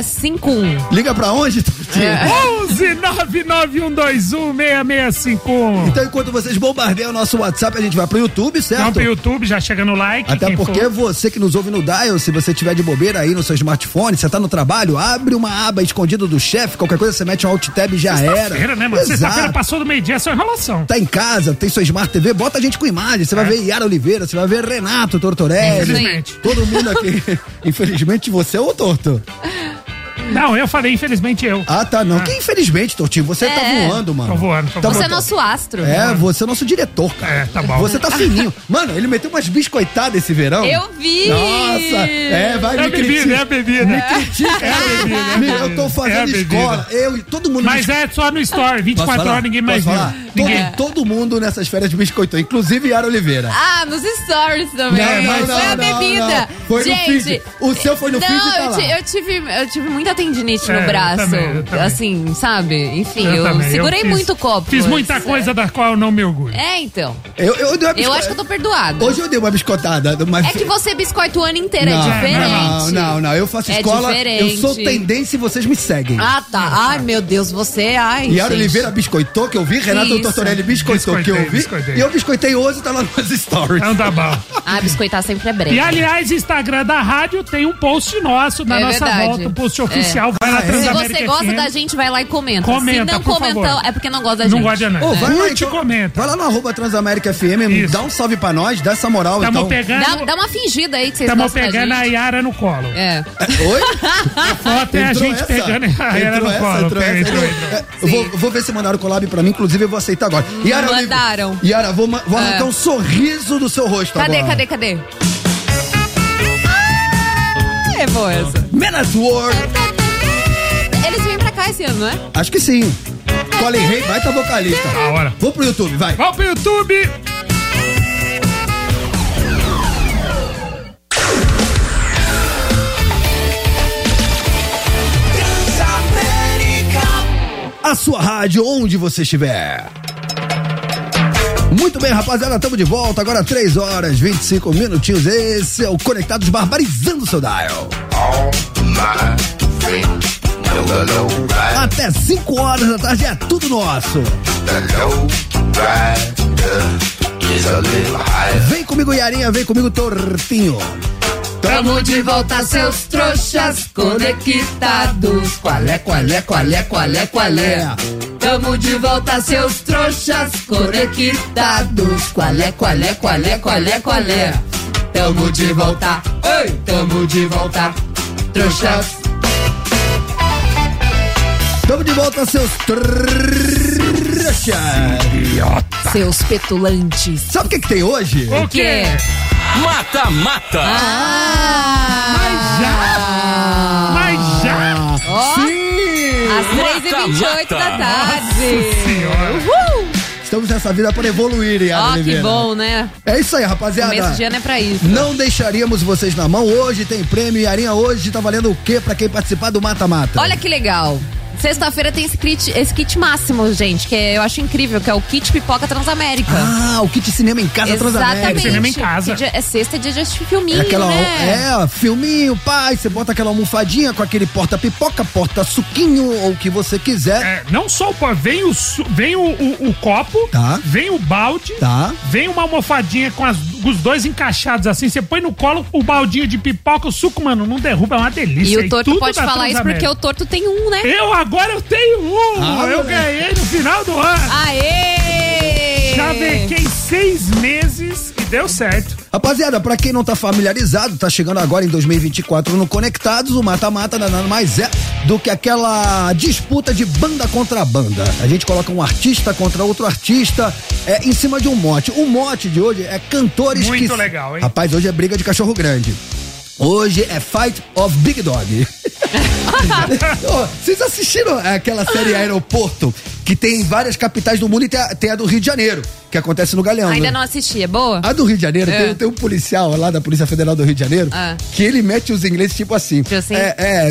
Speaker 4: 6651.
Speaker 1: Liga pra onde, Tuti?
Speaker 4: É.
Speaker 2: 11 99121 6651.
Speaker 1: Então, enquanto vocês bombardeiam o nosso WhatsApp, a gente vai pro YouTube,
Speaker 2: Vamos
Speaker 1: certo?
Speaker 2: pro YouTube, já chega no like.
Speaker 1: Até
Speaker 2: quem for.
Speaker 1: porque você que nos ouve no Dial, se você tiver de bobeira aí no seu smartphone, você tá no trabalho, abre uma aba escondida do chefe, qualquer coisa você mete um alt tab e já era.
Speaker 2: Sexta-feira, né, mano? Sexta-feira
Speaker 1: Exato.
Speaker 2: passou do meio-dia, é só enrolação. É.
Speaker 1: Tá em casa, tem sua Smart TV, bota a gente com imagem. Você vai ver Yara Oliveira, você vai ver Renato Tortorelli.
Speaker 4: Infelizmente.
Speaker 1: Todo mundo aqui. infelizmente você é o torto.
Speaker 2: Não, eu falei, infelizmente eu.
Speaker 1: Ah, tá, não. Que infelizmente, Tortinho, você tá
Speaker 4: É.
Speaker 1: voando, mano.
Speaker 2: Tô voando, tô voando.
Speaker 4: Você é
Speaker 1: bom, tá-
Speaker 4: nosso astro.
Speaker 1: É, você é nosso diretor, cara.
Speaker 2: É, tá bom.
Speaker 1: Você tá fininho. Mano, ele meteu umas biscoitadas esse verão.
Speaker 4: Eu vi!
Speaker 1: Nossa! É, vai
Speaker 2: É a
Speaker 1: me
Speaker 2: bebida, é a
Speaker 1: criticar.
Speaker 2: bebida.
Speaker 1: Critica,
Speaker 2: É a bebida, é a
Speaker 1: Me-
Speaker 2: bebida.
Speaker 1: Eu tô
Speaker 2: É a
Speaker 1: fazendo
Speaker 2: bebida.
Speaker 1: escola. Eu e todo mundo.
Speaker 2: Mas é só no Story, 24 horas ninguém mais viu. Ninguém.
Speaker 1: Todo, todo mundo nessas férias de biscoitou, inclusive Yara Oliveira.
Speaker 4: Ah, nos stories também.
Speaker 2: não,
Speaker 4: foi a bebida.
Speaker 1: não. Foi no
Speaker 4: Gente,
Speaker 1: feed. O seu foi no
Speaker 4: não,
Speaker 1: feed e tá
Speaker 4: eu,
Speaker 1: lá.
Speaker 4: ti- eu tive, eu tive muita tendinite
Speaker 2: É,
Speaker 4: no
Speaker 2: eu
Speaker 4: braço.
Speaker 2: também, eu também.
Speaker 4: Assim, sabe? Enfim, eu,
Speaker 2: também,
Speaker 4: segurei
Speaker 2: fiz-
Speaker 4: muito o copo.
Speaker 2: Fiz muita
Speaker 4: antes.
Speaker 2: coisa da qual eu não me orgulho.
Speaker 4: É, então.
Speaker 1: Eu, eu dei uma
Speaker 4: Eu
Speaker 1: bisco-
Speaker 4: acho que eu tô perdoado.
Speaker 1: Hoje eu dei uma biscotada, mas...
Speaker 4: É que você biscoita o ano inteiro,
Speaker 1: não,
Speaker 4: é diferente.
Speaker 1: Não, não, não. Eu faço
Speaker 4: É
Speaker 1: escola, eu sou
Speaker 4: diferente.
Speaker 1: tendência e vocês me seguem.
Speaker 4: Ah, tá. Ai, meu Deus, você. é, Ai,
Speaker 1: Yara
Speaker 4: gente.
Speaker 1: Oliveira biscoitou, que eu vi. Renato
Speaker 4: Isso.
Speaker 1: Tortorelli biscoitou, que eu
Speaker 2: Biscoitei,
Speaker 1: vi.
Speaker 2: biscoitei.
Speaker 1: E eu biscoitei hoje e tá lá nas stories.
Speaker 2: Então tá bom.
Speaker 4: Ah, biscoitar sempre é breve.
Speaker 2: E aliás, Instagram da rádio tem um post nosso da
Speaker 4: É
Speaker 2: nossa
Speaker 4: verdade.
Speaker 2: volta, um post oficial. Vai lá,
Speaker 1: Ah, é?
Speaker 4: Se
Speaker 2: Transamérica
Speaker 4: você gosta
Speaker 2: FM.
Speaker 4: da gente, vai lá e comenta.
Speaker 2: Comenta,
Speaker 4: Se não
Speaker 2: por
Speaker 4: comentou,
Speaker 2: favor.
Speaker 4: é porque não gosta da gente. É.
Speaker 2: Não gosta de nada.
Speaker 1: Ô, vai lá,
Speaker 2: Curte e
Speaker 1: então.
Speaker 2: comenta.
Speaker 1: Vai lá no arroba Transamérica FM,
Speaker 2: Isso.
Speaker 1: dá um salve pra nós, dá essa moral
Speaker 2: Tamo
Speaker 1: então.
Speaker 2: pegando,
Speaker 4: Dá, dá uma fingida aí que vocês
Speaker 2: tamo
Speaker 4: gostam
Speaker 2: pegando
Speaker 4: da
Speaker 2: a
Speaker 4: gente.
Speaker 2: Yara no colo.
Speaker 4: É.
Speaker 1: Oi?
Speaker 2: A foto é a
Speaker 1: Entrou
Speaker 2: gente
Speaker 1: essa?
Speaker 2: pegando a Yara
Speaker 1: Entrou
Speaker 2: no
Speaker 1: essa,
Speaker 2: colo.
Speaker 1: entrou
Speaker 2: Pega,
Speaker 1: essa.
Speaker 2: entrou, entrou.
Speaker 1: É, eu vou, vou ver se mandaram collab pra mim, inclusive eu vou aceitar agora. Yara, eu-
Speaker 4: Hum, Mandaram. Ah.
Speaker 1: Yara, vou, ma- vou arrancar um sorriso do seu
Speaker 2: Tá
Speaker 1: rosto
Speaker 4: Cadê,
Speaker 1: agora.
Speaker 4: cadê, cadê? Ah, é boa essa.
Speaker 1: Men at War.
Speaker 4: Eles vêm pra cá esse ano, não é?
Speaker 1: Acho que sim. Colin Rey, vai tá vocalista.
Speaker 2: Da hora.
Speaker 1: Vou pro YouTube, vai.
Speaker 2: Vamos pro YouTube.
Speaker 1: A sua rádio, onde você estiver. Muito bem, rapaziada, estamos de volta. Agora 3 horas 25 minutinhos. Esse é o Conectados Barbarizando o seu Dial. Até 5 horas da tarde é tudo nosso. Vem comigo, Iarinha, vem comigo, Tortinho.
Speaker 4: Tamo de volta, seus trouxas conectados. Qual é, qual é, qual é, qual é, qual é? Tamo de volta, seus trouxas conectados. Qual é, qual é, qual é, qual é, qual é? Tamo de volta, oi, tamo de volta, trouxas.
Speaker 1: Tamo de volta, seus trouxas.
Speaker 4: Seus petulantes.
Speaker 1: Sabe o que, que tem hoje?
Speaker 2: O quê?
Speaker 5: Mata, mata.
Speaker 4: Ah!
Speaker 2: Mas já.
Speaker 4: Ó,
Speaker 1: Sim!
Speaker 4: às 3h28
Speaker 5: Mata,
Speaker 4: da
Speaker 5: mata.
Speaker 4: tarde. Uhul!
Speaker 1: Estamos nessa vida para evoluir, Iarinha.
Speaker 4: Ó, que bom, né?
Speaker 1: É isso aí, rapaziada.
Speaker 4: Começo de ano é pra isso.
Speaker 1: Não deixaríamos vocês na mão. Hoje tem prêmio. Iarinha, hoje tá valendo o quê pra quem participar do Mata Mata?
Speaker 4: Olha que legal. Sexta-feira tem esse kit, esse kit máximo, gente, que é- eu acho incrível, que é o kit pipoca Transamérica.
Speaker 1: Ah, o kit cinema em casa
Speaker 4: Exatamente.
Speaker 1: Transamérica.
Speaker 2: Cinema em casa.
Speaker 4: Que dia- É sexta, é dia de assistir filminho,
Speaker 1: É aquela.
Speaker 4: né?
Speaker 1: É, filminho, pai. Você bota aquela almofadinha com aquele porta-pipoca, porta-suquinho ou o que você quiser.
Speaker 2: É, não só o pó, vem o, su- vem o, o- o um, copo,
Speaker 1: Tá.
Speaker 2: vem o balde,
Speaker 1: Tá.
Speaker 2: vem uma almofadinha com as- os dois encaixados assim, você põe no colo o baldinho de pipoca, o suco, mano, não derruba, é uma delícia.
Speaker 4: E o
Speaker 2: tudo
Speaker 4: Torto pode
Speaker 2: da
Speaker 4: falar isso porque
Speaker 2: Transamérica.
Speaker 4: o Torto tem um, né?
Speaker 2: Eu agora eu tenho um!
Speaker 1: Ah,
Speaker 2: eu
Speaker 1: moleque.
Speaker 2: ganhei no final do ano!
Speaker 1: É,
Speaker 4: Aê!
Speaker 2: Já vequei seis meses e deu certo.
Speaker 1: Rapaziada, pra quem não tá familiarizado, tá chegando agora em 2024 no Conectados, o mata-mata nada mais é do que aquela disputa de banda contra banda. A gente coloca um artista contra outro artista é, em cima de um mote. O mote de hoje é cantores
Speaker 2: Muito
Speaker 1: que...
Speaker 2: legal, hein?
Speaker 1: Rapaz, hoje é briga de cachorro grande. Hoje é Fight of Big Dog. Ô, Vocês assistiram aquela série Aeroporto que tem em várias capitais do mundo e tem a, tem a do Rio de Janeiro. que acontece no Galeão.
Speaker 4: Ainda
Speaker 1: né?
Speaker 4: não assisti, é boa?
Speaker 1: A do Rio de Janeiro,
Speaker 4: É.
Speaker 1: tem, tem um policial lá da Polícia Federal do Rio de Janeiro
Speaker 4: Ah.
Speaker 1: que ele mete os ingleses tipo assim.
Speaker 4: Tipo assim?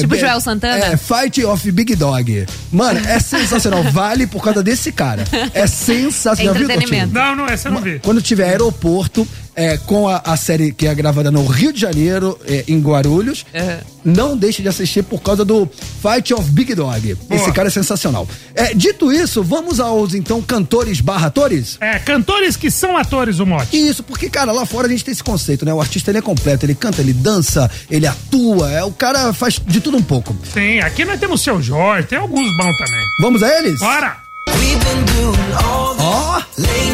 Speaker 4: Tipo Joel Santana?
Speaker 1: É, Fight of Big Dog. Mano, é sensacional. vale por causa desse cara. É sensacional. viu,
Speaker 4: Entretenimento.
Speaker 2: Não, não, essa eu não
Speaker 1: Coutinho?
Speaker 2: vi.
Speaker 1: Quando tiver aeroporto, é, com a, a série que é gravada no Rio de Janeiro, é, em Guarulhos,
Speaker 2: É.
Speaker 4: Uhum.
Speaker 1: não deixe de assistir por causa do Fight of Big Dog. Esse cara é sensacional. É, dito isso, vamos aos então cantores barra atores?
Speaker 2: É, cantores que são atores, o mote.
Speaker 1: Isso, porque, cara, lá fora a gente tem esse conceito, né? O artista ele é completo, ele canta, ele dança, ele atua, é, o cara faz de tudo um pouco.
Speaker 2: Sim, aqui nós temos o seu Jorge, tem alguns bons também.
Speaker 1: Vamos a eles?
Speaker 2: Bora!
Speaker 6: We've been doing all the
Speaker 1: Ó,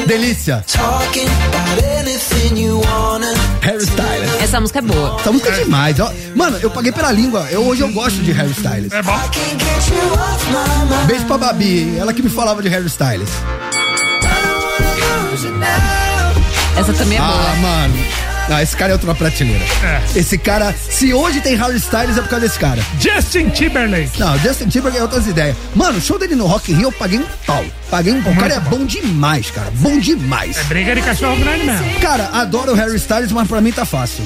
Speaker 1: delícia!
Speaker 6: talking about anything you wanna.
Speaker 1: Harry Styles.
Speaker 4: Essa música é boa.
Speaker 1: Essa música é demais, ó. Mano, eu paguei pela língua. Eu, hoje eu gosto de Harry Styles.
Speaker 2: É bom.
Speaker 6: I can't get you off my mind.
Speaker 1: Beijo pra Babi, ela que me falava de Harry Styles.
Speaker 6: I don't wanna lose you now.
Speaker 4: Essa também é
Speaker 1: Ah,
Speaker 4: boa.
Speaker 1: mano. Não, esse cara é outro na prateleira.
Speaker 2: É.
Speaker 1: Esse cara, se hoje tem Harry Styles é por causa desse cara.
Speaker 2: Justin Timberlake.
Speaker 1: Não, Justin Timberlake é outras ideias. Mano, o show dele no Rock in Rio eu paguei um pau. Paguei um pau. O cara é bom demais, cara. Bom demais.
Speaker 2: É briga de cachorro grande mesmo.
Speaker 1: Cara, adoro o Harry Styles, mas pra mim tá fácil.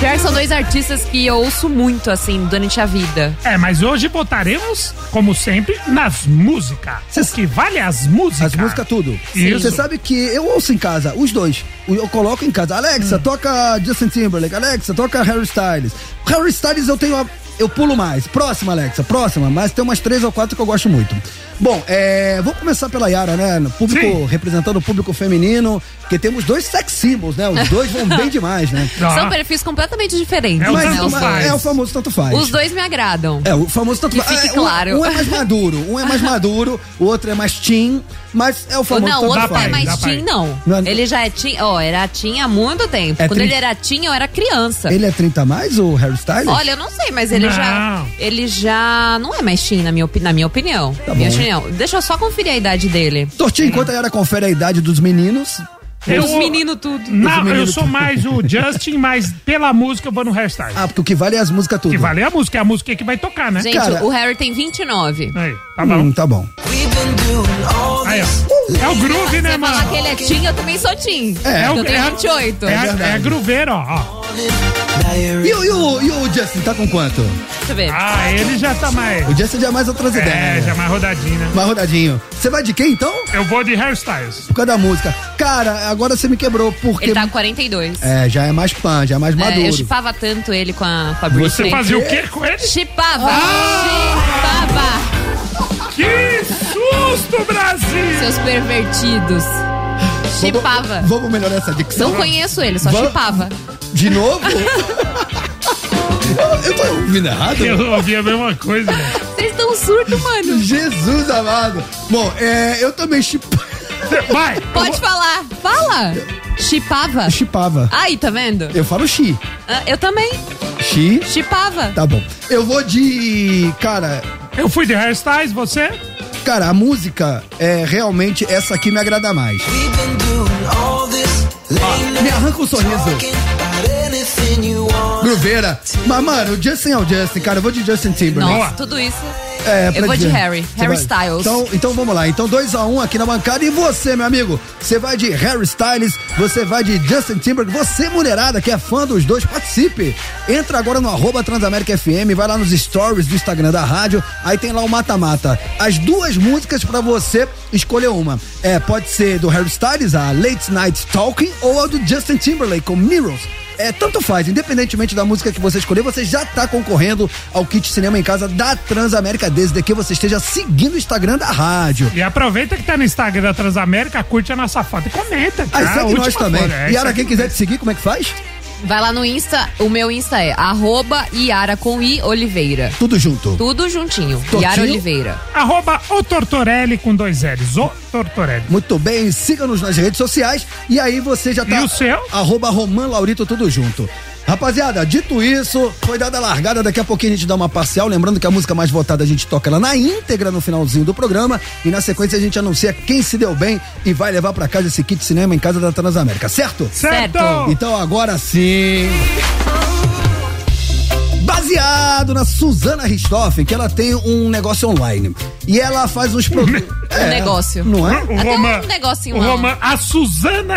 Speaker 4: Pior que são dois artistas que eu ouço muito, assim, durante a vida.
Speaker 2: É, mas hoje botaremos, como sempre, nas músicas.
Speaker 1: Cês-
Speaker 2: O que vale as músicas.
Speaker 1: As músicas tudo.
Speaker 2: Isso.
Speaker 1: Você sabe que eu ouço em casa, os dois. Eu coloco em casa. Alexa,
Speaker 2: Hum.
Speaker 1: toca Justin Timberlake. Alexa, toca Harry Styles. Harry Styles eu tenho a- Eu pulo mais. Próxima, Alexa, próxima. Mas tem umas três ou quatro que eu gosto muito. Bom, é, vou começar pela Yara, né? No público,
Speaker 2: Sim.
Speaker 1: representando o público feminino, que temos dois sex symbols, né? Os dois vão bem demais, né?
Speaker 2: Tá.
Speaker 4: São perfis completamente diferentes,
Speaker 2: É o
Speaker 4: né?
Speaker 2: tanto
Speaker 4: Os
Speaker 2: faz.
Speaker 1: é o
Speaker 4: dois.
Speaker 1: famoso tanto faz.
Speaker 4: Os dois me agradam.
Speaker 1: É, o famoso tanto
Speaker 4: Que
Speaker 1: faz.
Speaker 4: fique
Speaker 1: É, um-
Speaker 4: claro.
Speaker 1: Um, é mais maduro, um é mais maduro, o outro é mais teen, mas é o
Speaker 4: Ou
Speaker 1: famoso
Speaker 4: Não, o
Speaker 1: tanto
Speaker 4: outro
Speaker 2: pra
Speaker 4: não é
Speaker 1: faz.
Speaker 2: ir, dá
Speaker 4: mais
Speaker 2: pra ir.
Speaker 4: teen, não.
Speaker 1: Não é-
Speaker 4: Ele já é teen, ó, era teen há muito tempo.
Speaker 1: É
Speaker 4: Quando ele
Speaker 1: trin-
Speaker 4: era teen, eu era criança.
Speaker 1: Ele é 30 a mais, o Harry Styles?
Speaker 4: Olha, eu não sei, mas
Speaker 2: Tá
Speaker 4: ele
Speaker 2: Não.
Speaker 4: já. Ele já não é mais teen, na minha, opi- na minha opinião.
Speaker 1: Tá
Speaker 4: minha
Speaker 1: bom.
Speaker 4: opinião. Deixa eu só conferir a idade dele.
Speaker 1: Tortinho, enquanto a Yara confere a idade dos meninos.
Speaker 2: Eu-
Speaker 4: Os meninos tudo.
Speaker 2: Não, eu
Speaker 1: meninos
Speaker 2: sou
Speaker 1: tudo.
Speaker 2: mais o Justin, mas pela música eu vou no hashtag.
Speaker 1: Ah, porque o que vale é as músicas tudo.
Speaker 2: que vale é a música, é a música que vai tocar, né?
Speaker 4: Gente,
Speaker 1: Cara-
Speaker 4: o Harry tem 29.
Speaker 2: Aí, tá bom.
Speaker 1: Hum, tá bom.
Speaker 6: We've been doing all
Speaker 2: Aí,
Speaker 6: this.
Speaker 2: ó. É o groove, né,
Speaker 4: Você falar que
Speaker 2: mano?
Speaker 4: ele é teen, eu também sou teen.
Speaker 1: É.
Speaker 4: eu tenho 28.
Speaker 2: É, a-
Speaker 1: verdade.
Speaker 2: é grooveiro, ó. ó.
Speaker 6: Now you're
Speaker 1: E, o- e o, e o Justin, tá com quanto?
Speaker 4: Deixa eu ver.
Speaker 2: Ah, ele já tá mais.
Speaker 1: O Justin já é mais outras
Speaker 2: É,
Speaker 1: ideias.
Speaker 2: já mais rodadinho, né?
Speaker 1: Mas rodadinho. Você vai de quem então?
Speaker 2: Eu vou de hairstyles.
Speaker 1: Por causa da música. Cara, agora você me quebrou, porque.
Speaker 4: Ele tá com 42.
Speaker 1: É, já é mais pan, já é mais
Speaker 4: É, eu
Speaker 1: maduro.
Speaker 4: chipava tanto ele com a, com a
Speaker 2: Você
Speaker 4: Britney.
Speaker 2: fazia o quê com ele? Ah!
Speaker 4: Chipava! Chipava!
Speaker 2: Que susto, Brasil!
Speaker 4: Seus pervertidos.
Speaker 1: Vamos-
Speaker 4: Chipava.
Speaker 1: Vamos melhorar essa dicção?
Speaker 4: Não conheço ele, só
Speaker 1: Vamos-
Speaker 4: chipava.
Speaker 1: De novo? Eu- né? eu tô ouvindo errado?
Speaker 2: Eu ouvi a mesma coisa, né?
Speaker 4: Vocês estão surto, mano.
Speaker 1: Jesus amado. Bom, é, eu também chip...
Speaker 2: Vai! eu
Speaker 4: Pode
Speaker 2: vou-
Speaker 4: falar. Fala. Chipava.
Speaker 1: chipava.
Speaker 4: Aí, tá vendo?
Speaker 1: Eu falo chi.
Speaker 4: Ah, Eu também.
Speaker 1: Chi
Speaker 4: Chipava.
Speaker 1: Tá bom. Eu vou de. Cara,
Speaker 2: Eu fui de hairstyles, você?
Speaker 1: cara, a música é realmente essa aqui me agrada mais.
Speaker 6: We've been doing all this. Laying
Speaker 1: Me arranca um sorriso.
Speaker 6: talking about anything you want.
Speaker 1: Gruveira. Mas, mano, o Justin é o Justin, cara. Eu vou de Justin Timberlake.
Speaker 4: Nossa,
Speaker 2: Boa.
Speaker 4: tudo isso.
Speaker 1: É, pra
Speaker 4: eu vou de
Speaker 1: dizer.
Speaker 4: Harry.
Speaker 1: Você
Speaker 4: Harry
Speaker 1: vai-
Speaker 4: Styles.
Speaker 1: Então, então vamos lá. Então 2x1 um aqui na bancada. E você, meu amigo? Você vai de Harry Styles, você vai de Justin Timberlake. Você, mulherada, que é fã dos dois, participe. Entra agora no arroba Transamérica FM, vai lá nos stories do Instagram da rádio. Aí tem lá o mata-mata. As duas músicas pra você escolher uma. É, pode ser do Harry Styles, a Late Night Talking, ou a do Justin Timberlake, com Mirrors. É, tanto faz, independentemente da música que você escolher, você já tá concorrendo ao kit cinema em casa da Transamérica, desde que você esteja seguindo o Instagram da rádio.
Speaker 2: E aproveita que tá no Instagram da Transamérica, curte a nossa foto e comenta.
Speaker 1: Aí
Speaker 2: tá?
Speaker 1: Ah, segue
Speaker 2: Última
Speaker 1: nós também.
Speaker 2: foto, é,
Speaker 1: Yara,
Speaker 2: segue-
Speaker 1: quem quiser te seguir, como é que faz?
Speaker 4: Vai lá no Insta. O meu Insta é arroba Iara com I Oliveira.
Speaker 1: Tudo junto.
Speaker 4: Tudo juntinho.
Speaker 1: Tortinho?
Speaker 4: Iara Oliveira.
Speaker 2: Arroba o Tortorelli com dois L's. O Tortorelli.
Speaker 1: Muito bem, siga-nos nas redes sociais e aí você já tá.
Speaker 2: E o seu?
Speaker 1: Arroba Roman Laurito, tudo junto. Rapaziada, dito isso, foi dada a largada, daqui a pouquinho a gente dá uma parcial, lembrando que a música mais votada a gente toca ela na íntegra no finalzinho do programa e na sequência a gente anuncia quem se deu bem e vai levar pra casa esse kit cinema em casa da Transamérica, certo?
Speaker 2: Certo!
Speaker 4: Certo.
Speaker 1: Então agora sim. Base baseado na Suzana Ristoffen, que ela tem um negócio online. E ela faz uns produtos.
Speaker 4: Um negócio.
Speaker 1: Não é?
Speaker 2: O
Speaker 4: Até
Speaker 2: Roman,
Speaker 4: um negocinho
Speaker 2: o
Speaker 4: lá.
Speaker 2: Roman, a Suzana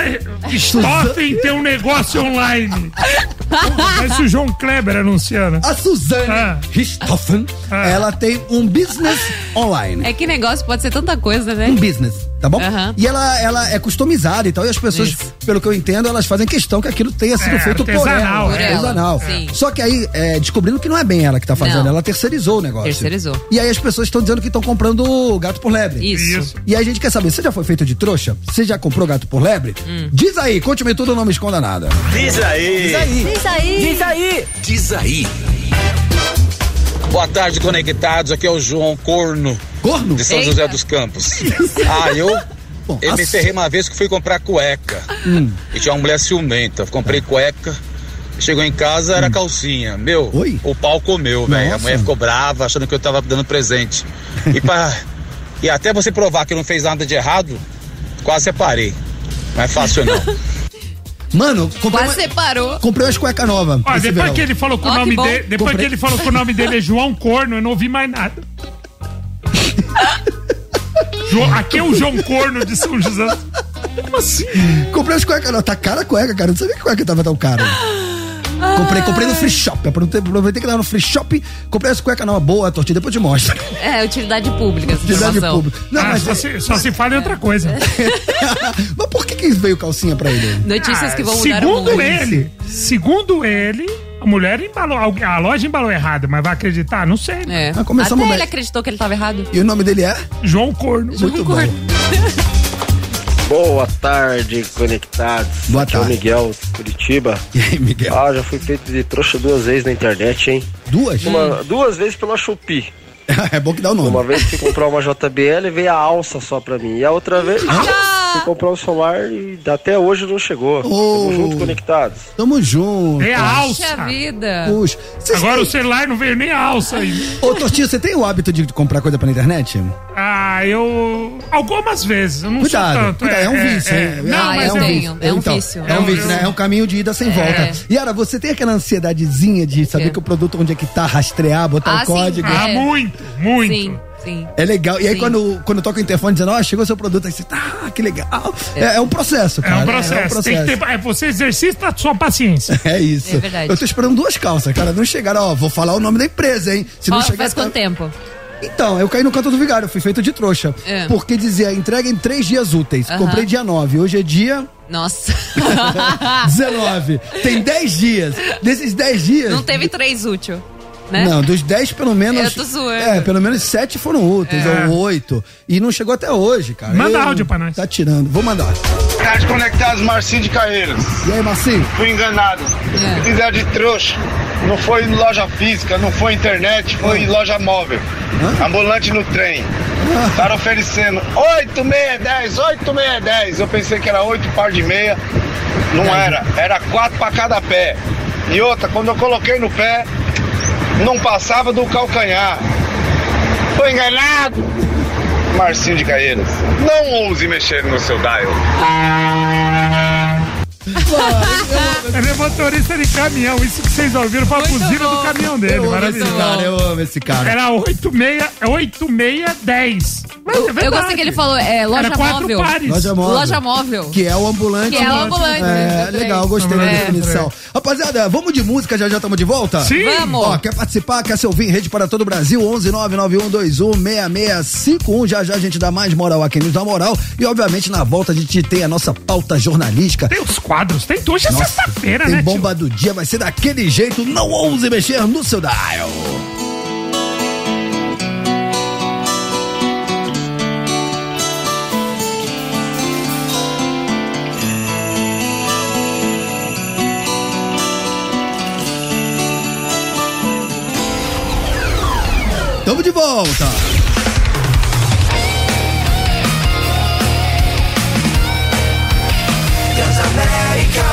Speaker 2: Stoffen tem um negócio online. Mas o João Kleber anunciando.
Speaker 1: A Suzana
Speaker 2: Ah.
Speaker 1: Ristoffen,
Speaker 2: Ah.
Speaker 1: ela tem um business online.
Speaker 4: É que negócio pode ser tanta coisa, né?
Speaker 1: um business, tá bom?
Speaker 4: Aham.
Speaker 1: E ela, ela é customizada e tal, e as pessoas,
Speaker 4: Isso.
Speaker 1: pelo que eu entendo, elas fazem questão que aquilo tenha sido
Speaker 2: É,
Speaker 1: feito por
Speaker 2: artesanal,
Speaker 1: ela.
Speaker 2: é.
Speaker 1: Artesanal.
Speaker 4: Por ela, né? sim.
Speaker 1: Só que aí, é, descobrindo que não é bem ela que tá fazendo,
Speaker 4: Não.
Speaker 1: ela terceirizou o negócio.
Speaker 4: Terceirizou.
Speaker 1: E aí as pessoas estão dizendo que estão comprando o gato por lebre.
Speaker 4: Isso.
Speaker 2: Isso.
Speaker 1: E aí a gente quer saber, você já foi feito de trouxa? Você já comprou gato por lebre?
Speaker 4: Hum.
Speaker 1: Diz aí, conte-me tudo, não me esconda nada.
Speaker 7: Diz aí.
Speaker 1: Diz aí.
Speaker 5: Diz aí.
Speaker 8: Boa tarde, conectados. Aqui é o João Corno,
Speaker 1: Corno?
Speaker 8: de São
Speaker 4: Eita.
Speaker 8: José dos Campos. Ah, eu,
Speaker 1: Bom,
Speaker 8: eu me
Speaker 1: ass-
Speaker 8: ferrei uma vez que fui comprar cueca.
Speaker 9: Hum.
Speaker 8: E tinha uma mulher ciumenta.
Speaker 1: É.
Speaker 8: Comprei cueca. Chegou em casa, era calcinha. Meu,
Speaker 1: Hum. Oi.
Speaker 8: o pau comeu, velho. A
Speaker 1: Nossa.
Speaker 8: mulher ficou brava, achando que eu tava dando presente. E, pra, e até você provar que não fez nada de errado, quase separei. Não é fácil, não.
Speaker 1: Mano, comprei,
Speaker 4: Quase
Speaker 1: uma,
Speaker 4: separou.
Speaker 1: comprei umas cuecas novas.
Speaker 2: Ó,
Speaker 1: esse
Speaker 2: depois
Speaker 1: verão.
Speaker 2: que ele falou que o
Speaker 4: Ó, que
Speaker 2: nome
Speaker 4: bom.
Speaker 2: dele. Depois que
Speaker 1: Comprei.
Speaker 2: ele falou que o nome dele é João Corno, eu não ouvi mais nada. Jo- aqui é o João Corno de São José. Como assim?
Speaker 1: Comprei as cuecas. Não, tá cara a cueca, cara. Eu Não sabia que cueca tava tão cara. Comprei, comprei no free shop. Aproveitei aproveitei que tava no free shop. Comprei as cuecas numa boa, tortinha. Depois eu te mostro.
Speaker 4: É, utilidade pública essa
Speaker 1: Utilidade
Speaker 4: informação.
Speaker 1: pública. Não,
Speaker 2: Ah,
Speaker 1: mas, é-
Speaker 2: só, se, só se fala em outra coisa.
Speaker 1: mas por que, que veio calcinha pra ele?
Speaker 4: Notícias que vão mudar
Speaker 2: segundo
Speaker 4: o mundo.
Speaker 2: ele, segundo ele, a mulher embalou, alguém- a loja embalou errado, mas vai acreditar? Não sei. né?
Speaker 4: É.
Speaker 1: Ah,
Speaker 4: Até
Speaker 1: começamos bem.
Speaker 4: ele acreditou que ele tava errado.
Speaker 1: E o nome dele é?
Speaker 2: João Corno.
Speaker 1: Muito bom.
Speaker 10: Boa tarde, conectados.
Speaker 1: Boa
Speaker 10: Aqui é o
Speaker 1: tarde.
Speaker 10: Miguel, de Curitiba.
Speaker 1: E aí, Miguel?
Speaker 10: Ah, já fui feito de trouxa duas vezes na internet, hein?
Speaker 1: Duas?
Speaker 10: Uma- duas vezes pela Shopee.
Speaker 1: é bom que dá o nome.
Speaker 10: Uma vez fui comprar uma JBL e veio a alça só pra mim. E a outra vez
Speaker 1: Ah!
Speaker 10: fui comprar um celular e até hoje não chegou.
Speaker 1: Oh.
Speaker 10: Tamo junto, conectados.
Speaker 1: Tamo junto.
Speaker 2: É a alça.
Speaker 4: Puxa vida.
Speaker 1: Puxa. Vocês
Speaker 2: Agora o
Speaker 1: têm...
Speaker 2: celular não veio nem a alça aí.
Speaker 1: Ô, Tortinho, você tem o hábito de comprar coisa pela internet?
Speaker 2: Ah, eu. Algumas vezes, eu não
Speaker 1: Cuidado,
Speaker 2: sou tanto.
Speaker 1: cuidado, é, um vício, hein?
Speaker 2: Não,
Speaker 4: Ah,
Speaker 2: mas
Speaker 4: eu
Speaker 2: eu-
Speaker 4: tenho. é um
Speaker 1: então,
Speaker 4: vício.
Speaker 1: É um vício, né? É um caminho de ida sem
Speaker 2: é um
Speaker 1: volta. Yara, você tem aquela ansiedadezinha de saber
Speaker 4: quê?
Speaker 1: que o produto onde é que tá, rastrear, botar
Speaker 4: Ah,
Speaker 1: o
Speaker 4: sim.
Speaker 1: código?
Speaker 2: Ah,
Speaker 4: É.
Speaker 2: muito, muito.
Speaker 4: Sim, sim.
Speaker 1: É legal. E aí,
Speaker 4: Sim.
Speaker 1: quando, quando toca o interfone dizendo, ó, chegou seu produto, aí você, ah, que legal. É, é um processo,
Speaker 2: É
Speaker 1: cara.
Speaker 2: um processo. Tem que ter, é, você exercita a sua paciência.
Speaker 1: É isso.
Speaker 4: É verdade.
Speaker 1: Eu tô esperando duas calças, cara. Não chegaram, ó, vou falar o nome da empresa, hein? Se não
Speaker 4: Ó,
Speaker 1: chegar.
Speaker 4: faz
Speaker 1: tá-
Speaker 4: quanto tempo?
Speaker 1: Então, eu caí no canto do vigário, eu fui feito de trouxa.
Speaker 4: É.
Speaker 1: Porque dizia, entrega em três dias úteis.
Speaker 4: Aham.
Speaker 1: Comprei dia 9, hoje é dia
Speaker 4: Nossa.
Speaker 1: 19. Tem 10 dias. Desses 10 dias.
Speaker 4: não teve três útil, né?
Speaker 1: Não, dos 10, pelo menos.
Speaker 4: Eu tô zoando.
Speaker 1: É, pelo menos 7 foram úteis,
Speaker 2: É.
Speaker 1: ou 8. E não chegou até hoje, cara.
Speaker 2: Manda áudio pra nós.
Speaker 1: Tá tirando. Vou mandar.
Speaker 11: Tarde conectados, Marcinho de Carreiras.
Speaker 1: E aí, Marcinho?
Speaker 11: Fui enganado.
Speaker 4: É.
Speaker 11: Me fizeram de trouxa. Não foi em loja física, não foi em internet, foi em loja móvel.
Speaker 1: Hã?
Speaker 11: Ambulante no trem. Estavam oferecendo 8 meia 10, 8 meia 10. Eu pensei que era 8 par de meia. Não era. Era 4 para cada pé. E outra, quando eu coloquei no pé, não passava do calcanhar. Foi enganado. Marcinho de Caeiras, não ouse mexer no seu dial.
Speaker 2: Ele é motorista de caminhão. Isso que vocês ouviram foi a
Speaker 4: Muito
Speaker 2: buzina
Speaker 4: bom.
Speaker 2: do caminhão dele.
Speaker 1: eu amo esse
Speaker 2: Maravilhoso.
Speaker 1: cara, eu amo esse cara.
Speaker 2: Era 8610. Mas é
Speaker 4: Eu
Speaker 2: verdade.
Speaker 4: gostei que ele falou, é, loja
Speaker 2: Era quatro
Speaker 4: móvel.
Speaker 2: pares.
Speaker 1: Loja móvel.
Speaker 4: Loja móvel.
Speaker 1: Que é o ambulante.
Speaker 4: Que é o
Speaker 1: É,
Speaker 4: ambulante, né?
Speaker 1: legal, gostei da
Speaker 4: É.
Speaker 1: definição. Rapaziada, vamos de música, já já estamos de volta?
Speaker 2: Sim.
Speaker 4: Vamos.
Speaker 1: Ó, quer participar, quer se ouvir em rede para todo o Brasil, 11991216651. Já já a gente dá mais moral a quem nos dá moral. E obviamente na volta a gente tem a nossa pauta jornalística.
Speaker 2: Tem os quadros. Tem hoje é
Speaker 1: Nossa,
Speaker 2: sexta-feira,
Speaker 1: tem
Speaker 2: né, tio?
Speaker 1: bomba do dia, vai ser daquele jeito. Não ouse mexer no seu dial. Tamo de volta.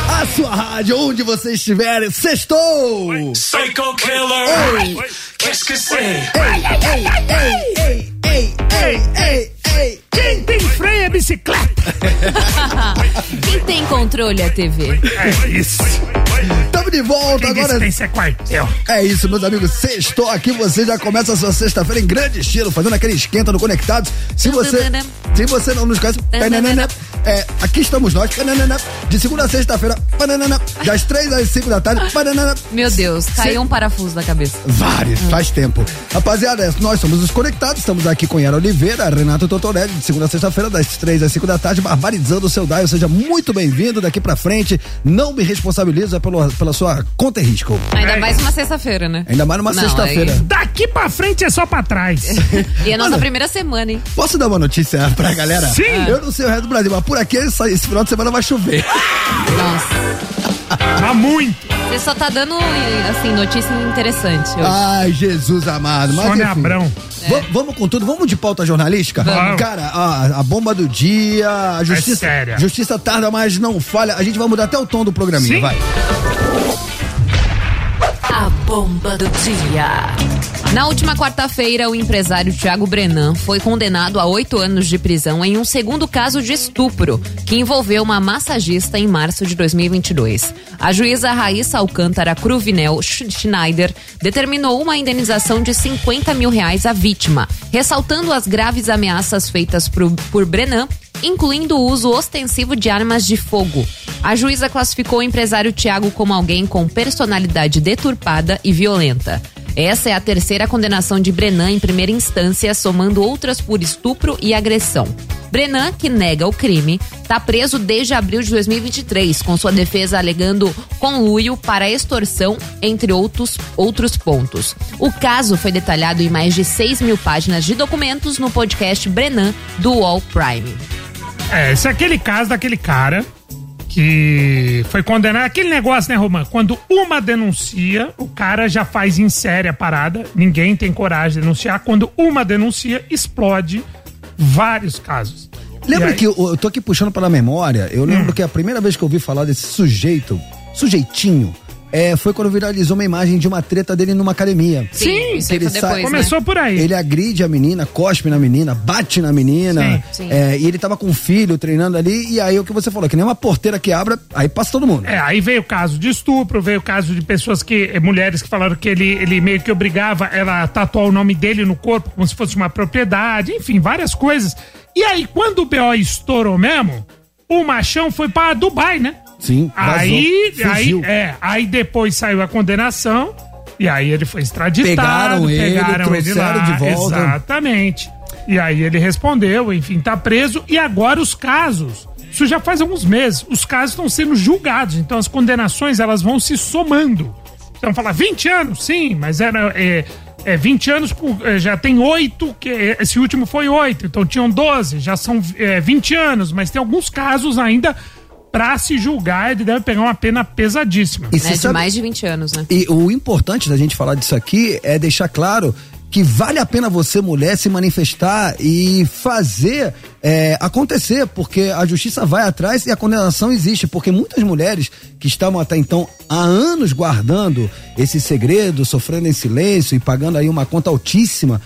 Speaker 1: A sua rádio, onde você estiver, sextou!
Speaker 5: Psycho Killer. Qu'est-ce que c'est?
Speaker 1: Ei, ei, ei, ei, ei, ei, ei.
Speaker 2: Quem tem freio é bicicleta.
Speaker 4: Quem tem controle é a TV.
Speaker 2: É isso.
Speaker 1: Estamos de volta
Speaker 2: Quem disse
Speaker 1: agora.
Speaker 2: tem que ser quartel?
Speaker 1: É isso, meus amigos. Sextou aqui, você já começa a sua sexta-feira em grande estilo, fazendo aquele esquenta no Conectados. Se você, se você não nos conhece, pananana, é, aqui estamos nós, pananana, de segunda a sexta-feira, é, pananana, né, das três às cinco da tarde, é, né, pananana,
Speaker 4: Meu Deus, caiu um parafuso da cabeça.
Speaker 1: Vários, faz tempo. Rapaziada, nós somos os Conectados, estamos aqui com Yara Oliveira, Renato Totorelli, de segunda a sexta-feira, das três às cinco da tarde, barbarizando o seu dial. Seja muito bem-vindo daqui pra frente. Não me responsabiliza pelo, pela sua conta e risco.
Speaker 4: Ainda mais uma sexta-feira, né?
Speaker 1: Ainda mais numa
Speaker 4: Não,
Speaker 1: sexta-feira.
Speaker 4: aí-
Speaker 2: Daqui pra frente é só pra trás.
Speaker 4: E é a nossa primeira semana, hein?
Speaker 1: Posso dar uma notícia pra galera?
Speaker 2: Sim.
Speaker 1: Eu não sei o resto do Brasil, mas por aqui essa- esse final de semana vai chover.
Speaker 4: Nossa.
Speaker 2: Há muito.
Speaker 4: Você só tá dando, assim, notícia interessante. hoje.
Speaker 1: Ai, Jesus amado. Mas,
Speaker 2: Sônia
Speaker 1: enfim.
Speaker 2: Abrão.
Speaker 1: Va- Vamos com tudo, vamos de pauta jornalística?
Speaker 2: Vamos. É
Speaker 1: Cara, a, a bomba do dia, a justiça.
Speaker 2: séria.
Speaker 1: justiça tarda, mas não falha. A gente vai mudar até o tom do programinha,
Speaker 2: Sim.
Speaker 1: vai.
Speaker 4: A bomba do dia. Na última quarta-feira, o empresário Thiago Brenan foi condenado a oito anos de prisão em um segundo caso de estupro, que envolveu uma massagista em março de 2022. A juíza Raíssa Alcântara Cruvinel Sch- Schneider determinou uma indenização de 50 mil reais à vítima, ressaltando as graves ameaças feitas pro- por Brenan incluindo o uso ostensivo de armas de fogo. A juíza classificou o empresário Tiago como alguém com personalidade deturpada e violenta. Essa é a terceira condenação de Brenan em primeira instância, somando outras por estupro e agressão. Brenan, que nega o crime, está preso desde abril de 2023, com sua defesa alegando conluio para extorsão, entre outros, outros pontos. O caso foi detalhado em mais de 6 mil páginas de documentos no podcast Brenan, do All Prime.
Speaker 2: É, esse é aquele caso daquele cara que foi condenado. Aquele negócio, né, Romã? Quando uma denuncia, o cara já faz em série a parada, ninguém tem coragem de denunciar. Quando uma denuncia, explode vários casos. E
Speaker 1: Lembra
Speaker 2: aí- Hum.
Speaker 1: que eu, eu tô aqui puxando pela memória, eu lembro que a primeira vez que eu ouvi falar desse sujeito, sujeitinho, é, foi quando viralizou uma imagem de uma treta dele numa academia.
Speaker 4: Sim, isso aí
Speaker 1: Ele
Speaker 4: foi
Speaker 1: sa-
Speaker 4: depois, né?
Speaker 2: Começou por aí.
Speaker 1: Ele agride a menina, cospe na menina, bate na menina.
Speaker 4: Sim. Sim.
Speaker 1: É, e ele tava com um filho treinando ali, e aí o que você falou, que nem uma porteira que abra, aí passa todo mundo.
Speaker 2: É, aí veio o caso de estupro, veio o caso de pessoas que. eh, mulheres que falaram que ele, ele meio que obrigava ela a tatuar o nome dele no corpo como se fosse uma propriedade, enfim, várias coisas. E aí, quando o BO estourou mesmo, o machão foi pra Dubai, né?
Speaker 1: Sim, vazou,
Speaker 2: Aí, aí,
Speaker 1: fugiu.
Speaker 2: é, aí depois saiu a condenação. E aí ele foi extraditado.
Speaker 1: Pegaram ele,
Speaker 2: lá,
Speaker 1: trouxeram de volta.
Speaker 2: Exatamente. E aí ele respondeu, enfim, tá preso. E agora os casos. Isso já faz alguns meses. Os casos estão sendo julgados. Então as condenações elas vão se somando. Então fala 20 anos, sim, mas era é, é 20 anos com- é, já tem oito que é, esse último foi oito, então tinham 12, já são é, 20 anos, mas tem alguns casos ainda pra se julgar, ele deve pegar uma pena pesadíssima.
Speaker 1: E
Speaker 4: Né,
Speaker 1: você
Speaker 4: de
Speaker 1: sabe-
Speaker 4: mais de 20 anos, né?
Speaker 1: E o importante da gente falar disso aqui é deixar claro que vale a pena você, mulher, se manifestar e fazer é, acontecer, porque a justiça vai atrás e a condenação existe, porque muitas mulheres que estavam até então há anos guardando esse segredo, sofrendo em silêncio e pagando aí uma conta altíssima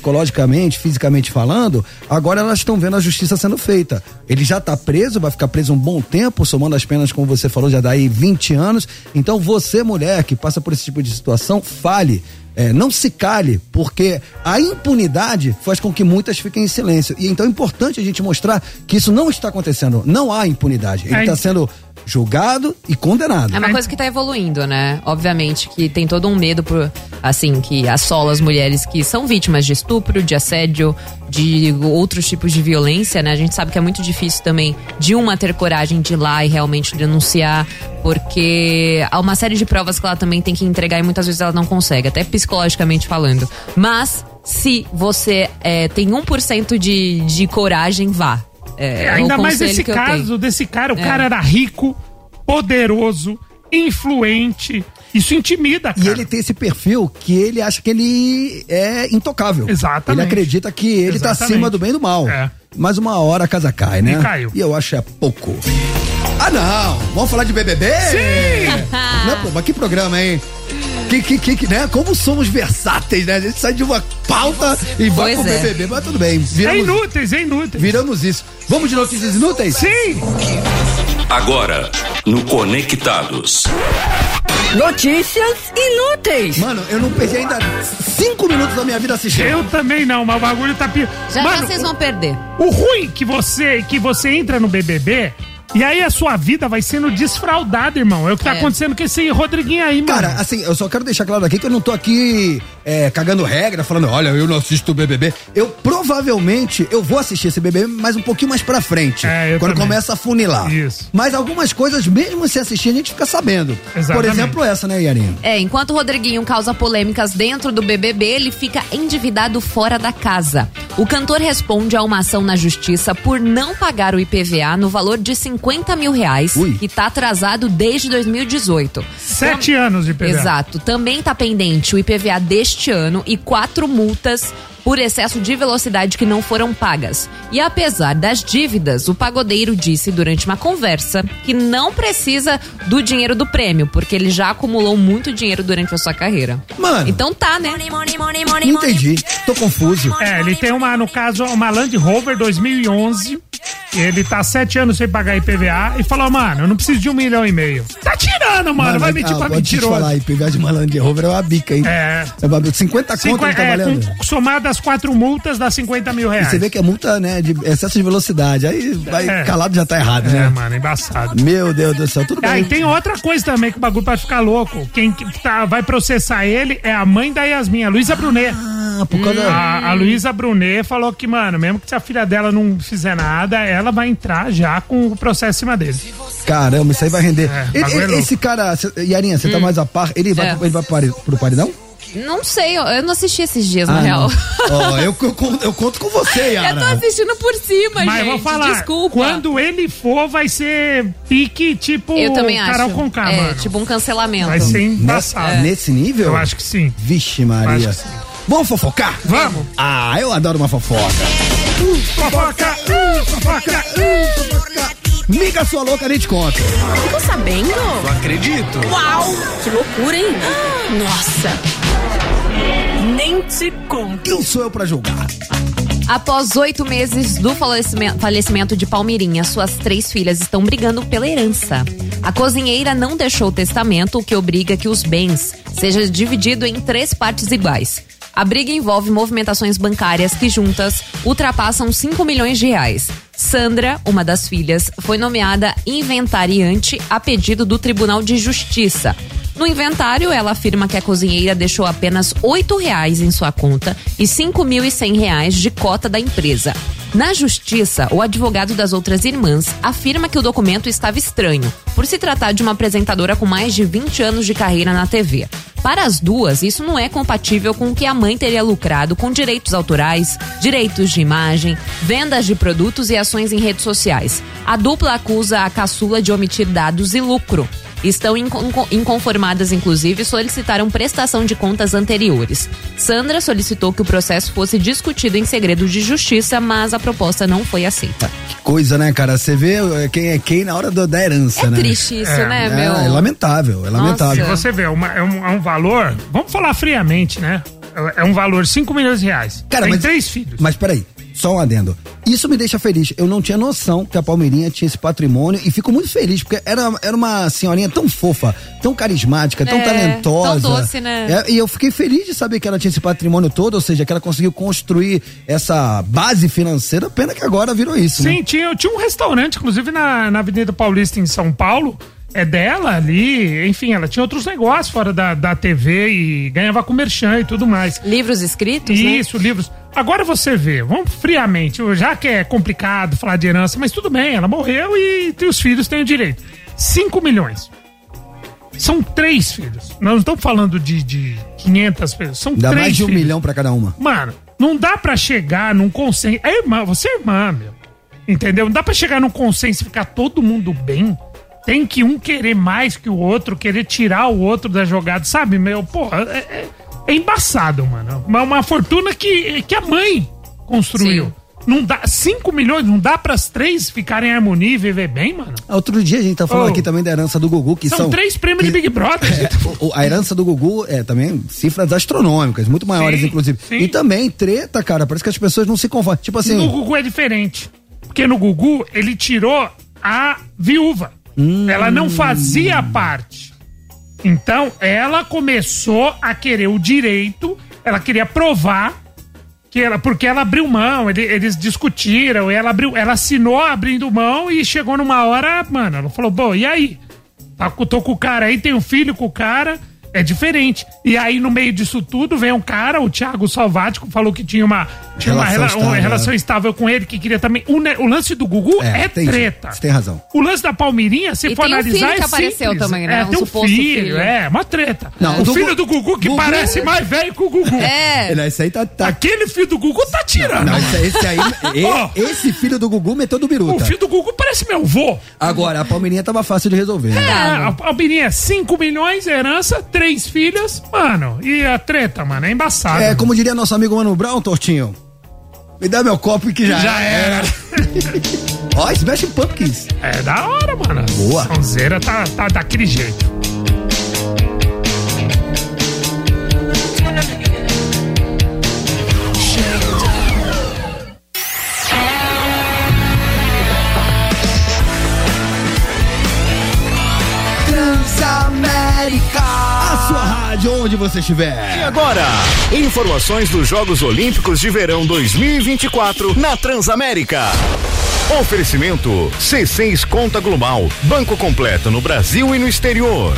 Speaker 1: psicologicamente, fisicamente falando, agora elas estão vendo a justiça sendo feita. Ele já está preso, vai ficar preso um bom tempo, somando as penas, como você falou, já dá aí 20 anos. Então você, mulher, que passa por esse tipo de situação, fale. É, não se cale, porque a impunidade faz com que muitas fiquem em silêncio. E então é importante a gente mostrar que isso não está acontecendo. Não há impunidade. Ele
Speaker 2: É,
Speaker 1: está
Speaker 2: ent-
Speaker 1: sendo julgado e
Speaker 4: É
Speaker 1: condenado.
Speaker 4: uma coisa que tá evoluindo, né? Obviamente que tem todo um medo por, assim, que assola as mulheres que são vítimas de estupro, de assédio, de outros tipos de violência, né? A gente sabe que é muito difícil também de uma ter coragem de ir lá e realmente denunciar, porque há uma série de provas que ela também tem que entregar e muitas vezes ela não consegue, até psicologicamente falando. Mas se você é, tem 1% de, de coragem, vá. É,
Speaker 2: É,
Speaker 4: o
Speaker 2: ainda mais
Speaker 4: conselho
Speaker 2: esse
Speaker 4: que eu tenho.
Speaker 2: caso desse cara, o cara era rico, poderoso, influente. Isso intimida, cara.
Speaker 1: E ele tem esse perfil que ele acha que ele é intocável.
Speaker 2: Exatamente.
Speaker 1: Ele acredita que ele está
Speaker 2: Exatamente.
Speaker 1: acima do bem e do mal.
Speaker 2: É.
Speaker 1: Mas uma hora a casa cai, né?
Speaker 2: E caiu.
Speaker 1: E eu acho é pouco. Ah, não! Vamos falar de BBB? Sim! não, pô, mas que programa, hein? que, que, que, que, né? Como somos versáteis, né? A gente sai de uma pauta e vai
Speaker 4: Pois
Speaker 1: pro
Speaker 4: é.
Speaker 1: BBB, mas tudo bem.
Speaker 2: É
Speaker 1: Viramos,
Speaker 2: inúteis, é inúteis.
Speaker 1: viramos isso. Vamos de notícias inúteis?
Speaker 2: Sim!
Speaker 5: Agora, no Conectados.
Speaker 7: Notícias inúteis.
Speaker 1: Mano, eu não perdi ainda cinco minutos da minha vida assistindo.
Speaker 2: Eu também não, mas o bagulho tá pior.
Speaker 4: Já já
Speaker 2: Mano,
Speaker 4: vocês vão perder.
Speaker 2: o ruim que você que você entra no BBB e aí a sua vida vai sendo desfraudada, irmão. É o que tá
Speaker 4: É.
Speaker 2: acontecendo com esse Rodriguinho aí, mano.
Speaker 1: Cara, assim, eu só quero deixar claro aqui que eu não tô aqui é, cagando regra, falando, olha, eu não assisto o BBB. Eu provavelmente, eu vou assistir esse BBB, mas um pouquinho mais pra frente.
Speaker 2: É, eu
Speaker 1: quando
Speaker 2: também.
Speaker 1: começa a funilar.
Speaker 2: Isso.
Speaker 1: Mas algumas coisas, mesmo se assistir, a gente fica sabendo. Por
Speaker 2: Exatamente.
Speaker 1: exemplo, essa, né, Yarinha?
Speaker 4: É, enquanto o Rodriguinho causa polêmicas dentro do BBB, ele fica endividado fora da casa. O cantor responde a uma ação na justiça por não pagar o IPVA no valor de 50 mil reais,
Speaker 1: Ui.
Speaker 4: que tá atrasado desde 2018.
Speaker 2: Sete anos de PVA.
Speaker 4: Exato. Também tá pendente o IPVA deste ano e quatro multas por excesso de velocidade que não foram pagas. E apesar das dívidas, o pagodeiro disse durante uma conversa que não precisa do dinheiro do prêmio, porque ele já acumulou muito dinheiro durante a sua carreira.
Speaker 1: Mano.
Speaker 4: Então tá, né?
Speaker 1: Entendi. Tô confuso.
Speaker 2: É, ele tem uma, no caso, uma Land Rover 2011. Ele tá sete anos sem pagar IPVA e falou, mano, eu não preciso de um milhão e meio. Tá tirando, mano. vai mentir
Speaker 1: ah,
Speaker 2: pra
Speaker 1: pode te
Speaker 2: mentiroso.
Speaker 1: falar, IPVA de malandro de Rover é uma bica, hein?
Speaker 2: É.
Speaker 1: É uma bica. 50 conto
Speaker 2: Cinqu-
Speaker 1: não tá
Speaker 2: é,
Speaker 1: valendo.
Speaker 2: com, somado as quatro multas, dá 50 mil reais.
Speaker 1: Você vê que é multa, né, de excesso de velocidade. Aí vai
Speaker 2: É.
Speaker 1: calado já tá errado,
Speaker 2: É,
Speaker 1: né?
Speaker 2: mano, embaçado.
Speaker 1: Meu Deus do céu, tudo
Speaker 2: Ah,
Speaker 1: bem.
Speaker 2: e tem outra coisa também que o bagulho pode ficar louco. Quem que tá- vai processar ele é a mãe da Yasmin, a Luísa Brunet.
Speaker 1: Ah, por causa
Speaker 2: A, a Luísa Brunet falou que, mano, mesmo que se a filha dela não fizer nada, ela vai entrar já com o processo em cima dele.
Speaker 1: Caramba, isso aí vai render.
Speaker 2: É,
Speaker 1: Ele-
Speaker 2: bagulho é
Speaker 1: ele- esse cara, cê- Yarinha, você tá mais a par, ele vai,
Speaker 4: É.
Speaker 1: pro- ele vai pro, pari- pro paredão?
Speaker 4: Não sei, eu, eu não assisti esses dias,
Speaker 1: Ah,
Speaker 4: na real.
Speaker 1: não. Ó, eu, eu, conto- eu conto com você,
Speaker 4: Eu tô assim,
Speaker 1: Yara.
Speaker 4: assistindo por cima,
Speaker 2: Mas
Speaker 4: gente.
Speaker 2: eu vou falar,
Speaker 4: Desculpa.
Speaker 2: quando ele for, vai ser pique tipo
Speaker 4: Eu também acho.
Speaker 2: Carol Conká,
Speaker 4: é,
Speaker 2: mano.
Speaker 4: tipo um cancelamento.
Speaker 2: vai ser
Speaker 1: Nessa-
Speaker 2: embaçado.
Speaker 4: É.
Speaker 1: Nesse nível?
Speaker 2: Eu acho que sim.
Speaker 1: Vixe, Maria.
Speaker 2: Acho que sim.
Speaker 1: Vamos fofocar?
Speaker 2: Vamos.
Speaker 1: Ah, eu adoro uma fofoca.
Speaker 2: Fofoca! uh, fofoca! uh.
Speaker 1: Miga sua louca, nem te conta.
Speaker 7: Ficou sabendo? Não acredito. Uau! Que loucura, hein? Ah, Nossa. Nem te conto.
Speaker 1: Quem sou eu pra julgar?
Speaker 4: Após oito meses do falecime- falecimento de Palmeirinha, suas três filhas estão brigando pela herança. A cozinheira não deixou o testamento, o que obriga que os bens sejam divididos em três partes iguais. A briga envolve movimentações bancárias que juntas ultrapassam 5 milhões de reais. Sandra, uma das filhas, foi nomeada inventariante a pedido do Tribunal de Justiça. No inventário, ela afirma que a cozinheira deixou apenas R$ 8 reais em sua conta e R$ 5.100 reais de cota da empresa. Na justiça, o advogado das outras irmãs afirma que o documento estava estranho, por se tratar de uma apresentadora com mais de 20 anos de carreira na TV. Para as duas, isso não é compatível com o que a mãe teria lucrado com direitos autorais, direitos de imagem, vendas de produtos e ações em redes sociais. A dupla acusa a caçula de omitir dados e lucro estão inco- inconformadas, inclusive, e solicitaram prestação de contas anteriores. Sandra solicitou que o processo fosse discutido em segredo de justiça, mas a proposta não foi aceita.
Speaker 1: Que coisa, né, cara? Você vê eh, quem é quem na hora do- da herança,
Speaker 4: É
Speaker 1: né?
Speaker 4: triste isso,
Speaker 2: É,
Speaker 4: né,
Speaker 1: É,
Speaker 4: meu?
Speaker 1: é lamentável, é lamentável.
Speaker 4: Nossa.
Speaker 2: Você vê, é uma- é, um, é um valor. Vamos falar friamente, né? É é um valor 5 milhões de reais.
Speaker 1: Cara,
Speaker 2: Tem
Speaker 1: mas,
Speaker 2: três filhos.
Speaker 1: Mas peraí, só um adendo. Isso me deixa feliz. Eu não tinha noção que a Palmeirinha tinha esse patrimônio e fico muito feliz, porque era, era uma senhorinha tão fofa, tão carismática, tão
Speaker 4: É,
Speaker 1: talentosa.
Speaker 4: tão doce, né?
Speaker 1: É, e eu fiquei feliz de saber que ela tinha esse patrimônio todo, ou seja, que ela conseguiu construir essa base financeira. Pena que agora virou isso, né?
Speaker 2: Sim, tinha, tinha um restaurante, inclusive, na, na Avenida Paulista, em São Paulo. É dela ali, enfim, ela tinha outros negócios fora da, da TV e ganhava com merchan e tudo mais.
Speaker 4: Livros escritos, né?
Speaker 2: Isso, livros. Agora você vê, vamos friamente, já que é complicado falar de herança, mas tudo bem, ela morreu e os filhos têm o direito. 5 milhões. São três filhos. Nós não estamos falando de, de 500 pessoas, são
Speaker 1: Dá
Speaker 2: três
Speaker 1: mais de um
Speaker 2: filhos.
Speaker 1: milhão pra cada uma.
Speaker 2: Mano, não dá pra chegar num consenso. É irmã, você é irmã, meu. Entendeu? Não dá pra chegar num consenso e ficar todo mundo bem. Tem que um querer mais que o outro, querer tirar o outro da jogada, sabe? Meu, porra, é, é- é embaçado, mano. Uma, uma fortuna que, que a mãe construiu.
Speaker 4: Sim.
Speaker 2: Não dá, 5 milhões, não dá pras três ficarem em harmonia e viver bem, mano?
Speaker 1: Outro dia a gente tá falando
Speaker 2: Oh.
Speaker 1: aqui também da herança do Gugu, que
Speaker 2: São
Speaker 1: são.
Speaker 2: três prêmios de Big Brother.
Speaker 1: É, o- o- a herança do Gugu é também cifras astronômicas, muito maiores,
Speaker 2: Sim,
Speaker 1: inclusive. E também treta, cara. Parece que as pessoas não se conformam. Tipo assim.
Speaker 2: No Gugu é diferente. Porque no Gugu, ele tirou a viúva.
Speaker 1: Hum.
Speaker 2: Ela não fazia parte. Então, ela começou a querer o direito, ela queria provar que ela, porque ela abriu mão, ele- eles discutiram, ela abriu, ela assinou abrindo mão e chegou numa hora, mano, ela falou: "Bom, e aí? Tá, com- tô com o cara aí, tenho filho com o cara, é diferente". E aí no meio disso tudo vem um cara, o Thiago Salvático falou que tinha uma tinha uma
Speaker 1: Relação
Speaker 2: rela- uma
Speaker 1: estável,
Speaker 2: relação
Speaker 1: né?
Speaker 2: estável com ele que queria também o, ne- o lance do Gugu é,
Speaker 1: tem-
Speaker 2: treta.
Speaker 1: Você tem razão.
Speaker 2: O lance da Palmeirinha, se
Speaker 4: E
Speaker 2: for
Speaker 4: tem um
Speaker 2: analisar,
Speaker 4: filho
Speaker 2: é
Speaker 4: que apareceu
Speaker 2: simples.
Speaker 4: também, né?
Speaker 2: É,
Speaker 4: Um
Speaker 2: tem um
Speaker 4: suposto
Speaker 2: filho,
Speaker 4: filho.
Speaker 2: é, uma treta.
Speaker 1: Não,
Speaker 2: o
Speaker 1: o do
Speaker 2: filho
Speaker 1: Gu-
Speaker 2: do Gugu que
Speaker 1: Gugu-
Speaker 2: parece mais velho que o Gugu.
Speaker 4: É.
Speaker 1: Ele, esse aí tá. tá-
Speaker 2: Aquele filho do Gugu tá tirando.
Speaker 1: Não, esse, esse aí. e-
Speaker 2: Ó.
Speaker 1: esse filho do Gugu meteu do
Speaker 2: O
Speaker 1: biruta.
Speaker 2: filho do Gugu parece meu avô.
Speaker 1: Agora, a Palmeirinha tava fácil de resolver.
Speaker 2: É,
Speaker 1: Né?
Speaker 2: a Albirinha, 5 milhões, herança, três filhas, mano. E a treta, mano, é embaçada.
Speaker 1: É, como diria nosso amigo Mano Brown, Tortinho. Me dá meu copo que já.
Speaker 2: Já era.
Speaker 1: Ó, Smash Pumpkins.
Speaker 2: É da hora, mano.
Speaker 1: Boa.
Speaker 2: Sonzeira tá, tá daquele jeito.
Speaker 1: A sua rádio, onde você estiver.
Speaker 12: Agora, informações dos Jogos Olímpicos de Verão 2024 na Transamérica. Oferecimento C6 Conta Global, banco completo no Brasil e no exterior.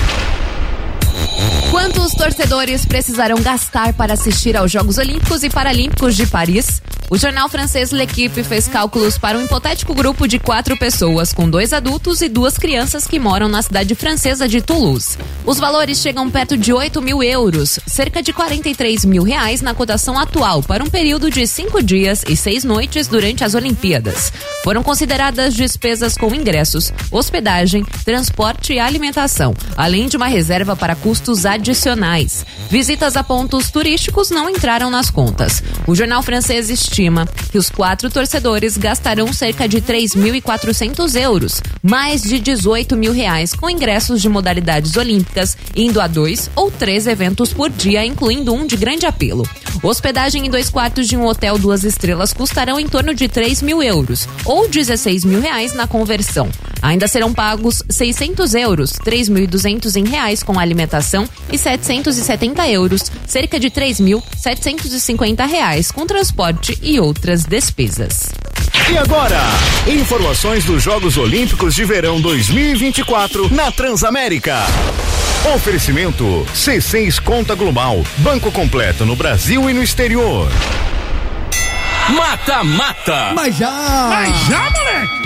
Speaker 4: Quantos torcedores precisarão gastar para assistir aos Jogos Olímpicos e Paralímpicos de Paris? O jornal francês L'Equipe fez cálculos para um hipotético grupo de quatro pessoas, com dois adultos e duas crianças que moram na cidade francesa de Toulouse. Os valores chegam perto de 8 mil euros, cerca de 43 mil reais na cotação atual, para um período de cinco dias e seis noites durante as Olimpíadas. Foram consideradas despesas com ingressos, hospedagem, transporte e alimentação, além de uma reserva para custos adicionais. Visitas a pontos turísticos não entraram nas contas. O jornal francês estima que os quatro torcedores gastarão cerca de 3.400 euros, mais de 18 mil reais, com ingressos de modalidades olímpicas, indo a dois ou três eventos por dia, incluindo um de grande apelo. Hospedagem em dois quartos de um hotel duas estrelas custarão em torno de 3 mil euros, ou 16 mil reais na conversão. Ainda serão pagos 600 euros, 3.200 em reais com alimentação e 770 euros, cerca de 3.750 reais com transporte e outras despesas.
Speaker 12: E agora, informações dos Jogos Olímpicos de Verão 2024 na Transamérica. Oferecimento C6 Conta Global, banco completo no Brasil e no exterior.
Speaker 5: Mata, mata.
Speaker 1: Mas já!
Speaker 2: Mas já, moleque!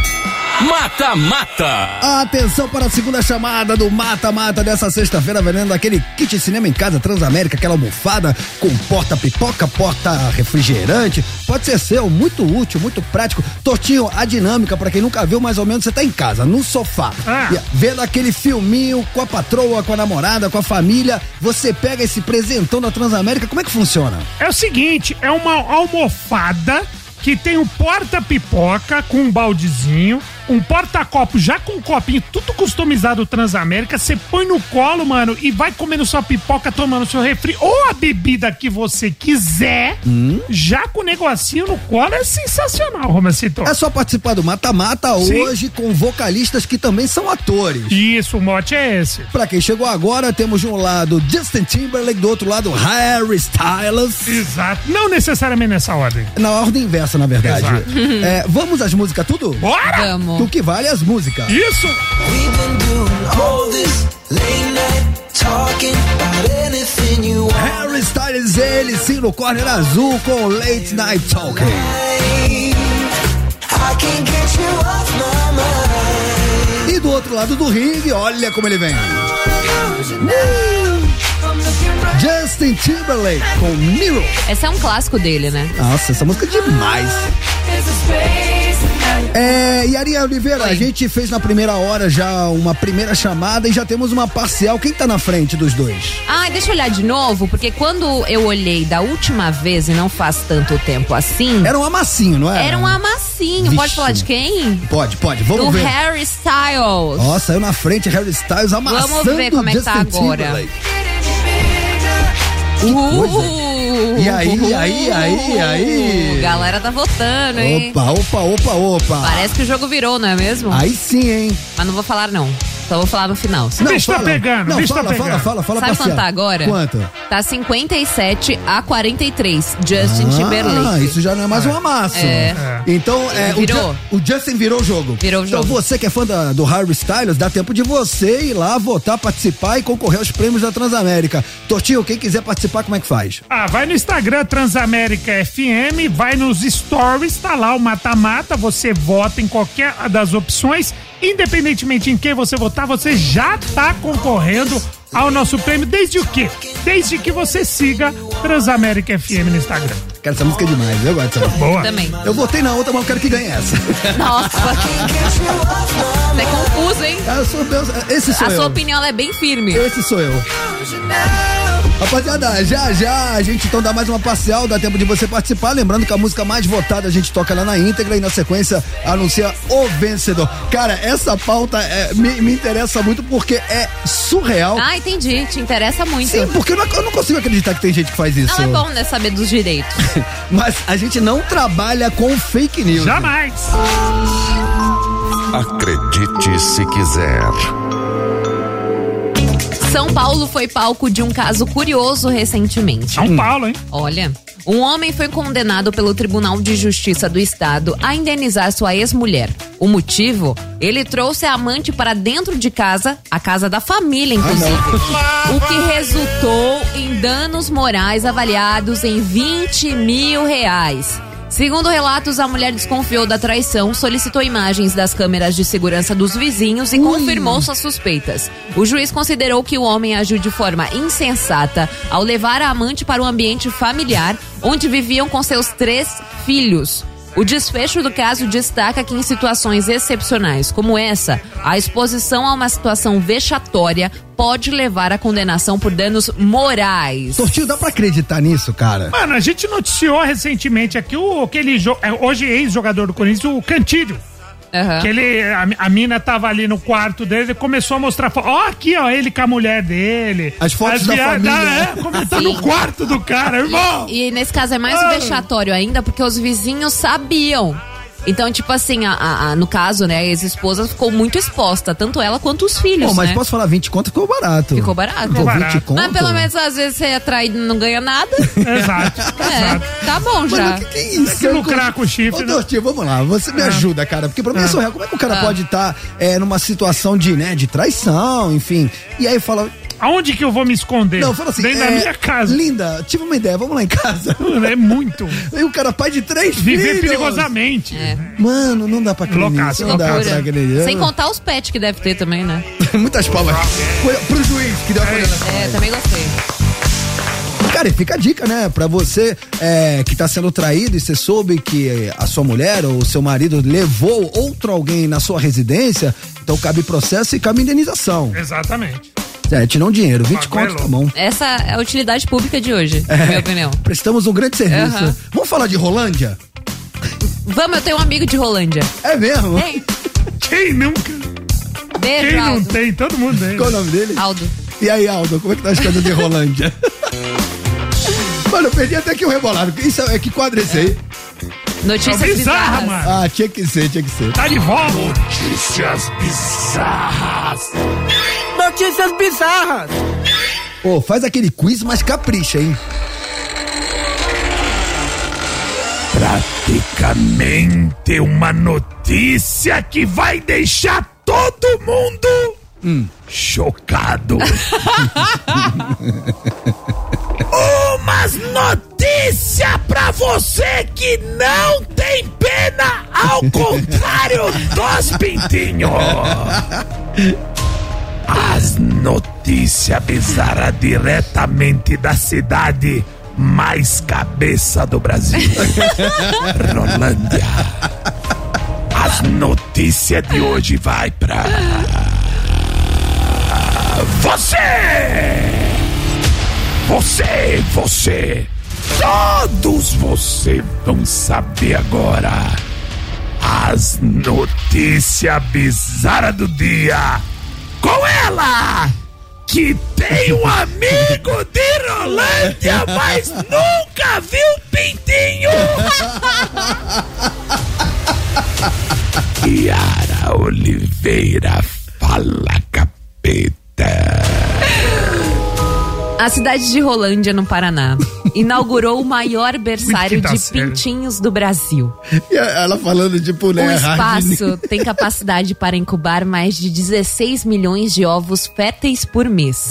Speaker 5: Mata, mata.
Speaker 1: Atenção para a segunda chamada do Mata Mata dessa sexta-feira, vendendo aquele kit cinema em casa Transamérica, aquela almofada com porta pipoca, porta refrigerante. Pode ser seu, muito útil, muito prático. Tortinho, a dinâmica, para quem nunca viu, mais ou menos você tá em casa, no sofá,
Speaker 2: Ah.
Speaker 1: e vendo aquele filminho com a patroa, com a namorada, com a família. Você pega esse presentão da Transamérica, como é que funciona?
Speaker 2: É o seguinte, é uma almofada que tem um porta-pipoca com um baldezinho, um porta-copo já com um copinho, tudo customizado Transamérica. Você põe no colo, mano, e vai comendo sua pipoca, tomando seu refri ou a bebida que você quiser, já com o negocinho no colo. É sensacional, Romancito.
Speaker 1: É só participar do Mata Mata
Speaker 2: Sim.
Speaker 1: hoje com vocalistas que também são atores.
Speaker 2: Isso, o mote é esse.
Speaker 1: Pra quem chegou agora, temos de um lado Justin Timberlake, do outro lado Harry Styles.
Speaker 2: Exato. Não necessariamente nessa ordem.
Speaker 1: Na ordem inversa, na verdade.
Speaker 2: Exato.
Speaker 1: É, vamos às músicas, tudo?
Speaker 2: Bora!
Speaker 4: Vamos.
Speaker 1: Do que vale as músicas.
Speaker 2: Isso!
Speaker 6: We've been doing
Speaker 13: Oh,
Speaker 6: all this late night talking about anything you want.
Speaker 1: Harry Styles, ele sim no corner azul com Late Night Talking.
Speaker 6: I can't get you off my mind.
Speaker 1: E do outro lado do ringue, olha como ele vem.
Speaker 6: I'm looking right
Speaker 1: Justin Timberlake com Mirror.
Speaker 4: Essa é um clássico dele, né?
Speaker 1: Nossa, essa música é demais.
Speaker 6: as a space.
Speaker 1: É, e Aria Oliveira, a gente fez na primeira hora já uma primeira chamada e já temos uma parcial. Quem tá na frente dos dois?
Speaker 4: Ai, deixa eu olhar de novo, porque quando eu olhei da última vez e não faz tanto tempo assim.
Speaker 1: Era um amassinho, não era?
Speaker 4: Era um amassinho. Pode
Speaker 1: Vixe.
Speaker 4: falar de quem?
Speaker 1: Pode, pode, vamos
Speaker 4: Do
Speaker 1: ver.
Speaker 4: Harry Styles.
Speaker 1: Nossa, saiu na frente, Harry Styles amassando
Speaker 4: Vamos ver como é que tá
Speaker 1: Justin
Speaker 4: agora.
Speaker 1: Timberlake.
Speaker 4: Uh,
Speaker 1: E aí, e aí, e aí, e aí?
Speaker 4: Galera tá votando, hein?
Speaker 1: Opa, opa, opa, opa.
Speaker 4: Parece que o jogo virou, não é mesmo?
Speaker 1: Aí sim, hein?
Speaker 4: Mas não vou falar, não. Só vou falar no final.
Speaker 1: Não, Bicho tá fala. pegando, Não, bicho tá fala, pegando. fala, fala, fala,
Speaker 4: Sabe
Speaker 1: parceiro.
Speaker 4: quanto tá agora?
Speaker 1: Quanto?
Speaker 4: Tá 57 a 43. Justin
Speaker 1: Ah,
Speaker 4: Timberlake.
Speaker 1: isso já não é mais um amasso.
Speaker 4: É.
Speaker 1: Então, é, o,
Speaker 4: Ele virou.
Speaker 1: Ju- o Justin virou o jogo. Virou o jogo. Então, você que é fã da- do Harry Styles, dá tempo de você ir lá votar, participar e concorrer aos prêmios da Transamérica. Tortinho, quem quiser participar, como é que faz?
Speaker 2: Ah, vai no Instagram Transamérica FM, vai nos stories, tá lá o mata-mata, você vota em qualquer das opções, independentemente em quem você votar, você já tá concorrendo ao nosso prêmio, desde o quê? Desde que você siga Transamérica FM no Instagram.
Speaker 1: Cara, essa música é demais, eu gosto dessa música.
Speaker 2: Boa.
Speaker 4: Também.
Speaker 1: Eu votei na outra, mas eu quero que ganhe essa.
Speaker 4: Nossa. Você é confuso, hein?
Speaker 1: esse sou
Speaker 4: a
Speaker 1: eu. É
Speaker 4: sua opinião ela é bem firme.
Speaker 1: Esse sou eu. Rapaziada, já já a gente então dá mais uma parcial, dá tempo de você participar. Lembrando que a música mais votada a gente toca lá na íntegra e na sequência anuncia o vencedor. Cara, essa pauta é, me, me interessa muito porque é surreal.
Speaker 4: Ah, entendi. Te interessa muito.
Speaker 1: Sim, porque eu não, eu não consigo acreditar que tem gente que faz isso.
Speaker 4: Não é bom, né, saber dos direitos.
Speaker 1: Mas a gente não trabalha com fake news.
Speaker 2: Jamais!
Speaker 3: Acredite se quiser.
Speaker 4: São Paulo foi palco de um caso curioso recentemente. Hum.
Speaker 2: São Paulo, hein?
Speaker 4: Olha. Um homem foi condenado pelo Tribunal de Justiça do Estado a indenizar sua ex-mulher. O motivo? Ele trouxe a amante para dentro de casa, a casa da família, inclusive. o que resultou em danos morais avaliados em 20 mil reais. Segundo relatos, a mulher desconfiou da traição, solicitou imagens das câmeras de segurança dos vizinhos e confirmou suas suspeitas. O juiz considerou que o homem agiu de forma insensata ao levar a amante para um ambiente familiar onde viviam com seus três filhos. O desfecho do caso destaca que em situações excepcionais como essa, a exposição a uma situação vexatória pode levar à condenação por danos morais.
Speaker 1: Tortinho, dá pra acreditar nisso, cara?
Speaker 2: Mano, a gente noticiou recentemente aqui o aquele jo- é, hoje ex-jogador do Corinthians, o Cantilho. Que ele, a, a mina tava ali no quarto dele, ele começou a mostrar foto. Ó, aqui, ó, ele com a mulher dele.
Speaker 1: As fotos da
Speaker 2: via-
Speaker 1: família.
Speaker 2: é, como tá no quarto do cara, irmão. Ah!
Speaker 4: E, e nesse caso é mais vexatório ainda, porque os vizinhos sabiam. Então, tipo assim, a, a- a- no caso, né, a ex-esposa ficou muito exposta, tanto ela quanto os filhos.
Speaker 1: Pô, mas
Speaker 4: né?
Speaker 1: posso um falar 20 conto ficou barato.
Speaker 4: Ficou barato.
Speaker 1: Ficou 20 conto.
Speaker 4: Mas pelo menos às vezes você é traído e não ganha nada.
Speaker 2: Exato.
Speaker 4: É, tá bom já.
Speaker 1: Mano, o que, que é isso? Tem que lucrar com o chifre. Ô, Dortinho, vamos lá, você me ajuda, cara. Porque pra mim é surreal. Como é que o cara
Speaker 4: Ah.
Speaker 1: pode estar numa situação de, né, de traição, enfim. E aí fala.
Speaker 2: Aonde que eu vou me esconder?
Speaker 1: Não, fala assim.
Speaker 2: Dentro da minha
Speaker 1: casa. Linda, tive uma ideia, vamos lá em casa.
Speaker 2: É muito.
Speaker 1: E o cara, pai de três
Speaker 2: Viver
Speaker 1: filhos.
Speaker 2: perigosamente.
Speaker 1: Mano, não dá pra crer
Speaker 2: Loucaço.
Speaker 1: nisso, Não dá
Speaker 2: Loucura.
Speaker 1: pra crer nisso.
Speaker 4: É. Sem contar os pets que deve ter também, né?
Speaker 1: Muitas palmas. Foi pro juiz que deu a condenação.
Speaker 4: É, também gostei.
Speaker 1: Cara, e fica a dica, né? Pra você é, que tá sendo traído e você soube que a sua mulher ou o seu marido levou outro alguém na sua residência, então cabe processo e cabe indenização.
Speaker 2: Exatamente.
Speaker 1: É, te não dinheiro, 20 conto, tá bom.
Speaker 4: Essa é a utilidade pública de hoje,
Speaker 1: É.
Speaker 4: na minha opinião.
Speaker 1: Prestamos um grande serviço.
Speaker 4: Aham.
Speaker 1: Vamos falar de Rolândia?
Speaker 4: Vamos, eu tenho um amigo de Rolândia.
Speaker 1: É mesmo?
Speaker 4: Tem.
Speaker 2: Quem nunca?
Speaker 4: Beijo,
Speaker 1: Quem não
Speaker 4: Aldo.
Speaker 2: tem? Todo mundo tem. né?
Speaker 1: Qual o nome dele?
Speaker 4: Aldo.
Speaker 1: E aí, Aldo, como é que tá as coisas de Rolândia? Mano, eu perdi até que o rebolado. Isso é é que quadro é esse aí?
Speaker 4: Notícias
Speaker 2: É bizarra, bizarras. mano.
Speaker 1: Ah, tinha que ser, tinha que ser.
Speaker 2: Tá de volta.
Speaker 5: Notícias bizarras.
Speaker 13: Notícias bizarras.
Speaker 1: Pô, faz aquele quiz, mas capricha, hein?
Speaker 5: Praticamente uma notícia que vai deixar todo mundo chocado. Umas notícias pra você que não tem pena, ao contrário dos pintinhos. As notícias bizarras diretamente da cidade mais cabeça do Brasil. Rolândia.
Speaker 14: As notícias de hoje vai pra você! Você, você, todos vocês vão saber agora as notícias bizarras do dia com ela que tem um amigo de Rolândia, mas nunca viu pintinho. Yara Oliveira fala capeta.
Speaker 4: A cidade de Rolândia, no Paraná, inaugurou o maior berçário de
Speaker 1: né?
Speaker 4: pintinhos do Brasil.
Speaker 1: E ela falando tipo, né, de
Speaker 4: O
Speaker 1: boneca.
Speaker 4: Um espaço tem capacidade para incubar mais de 16 milhões de ovos férteis por mês.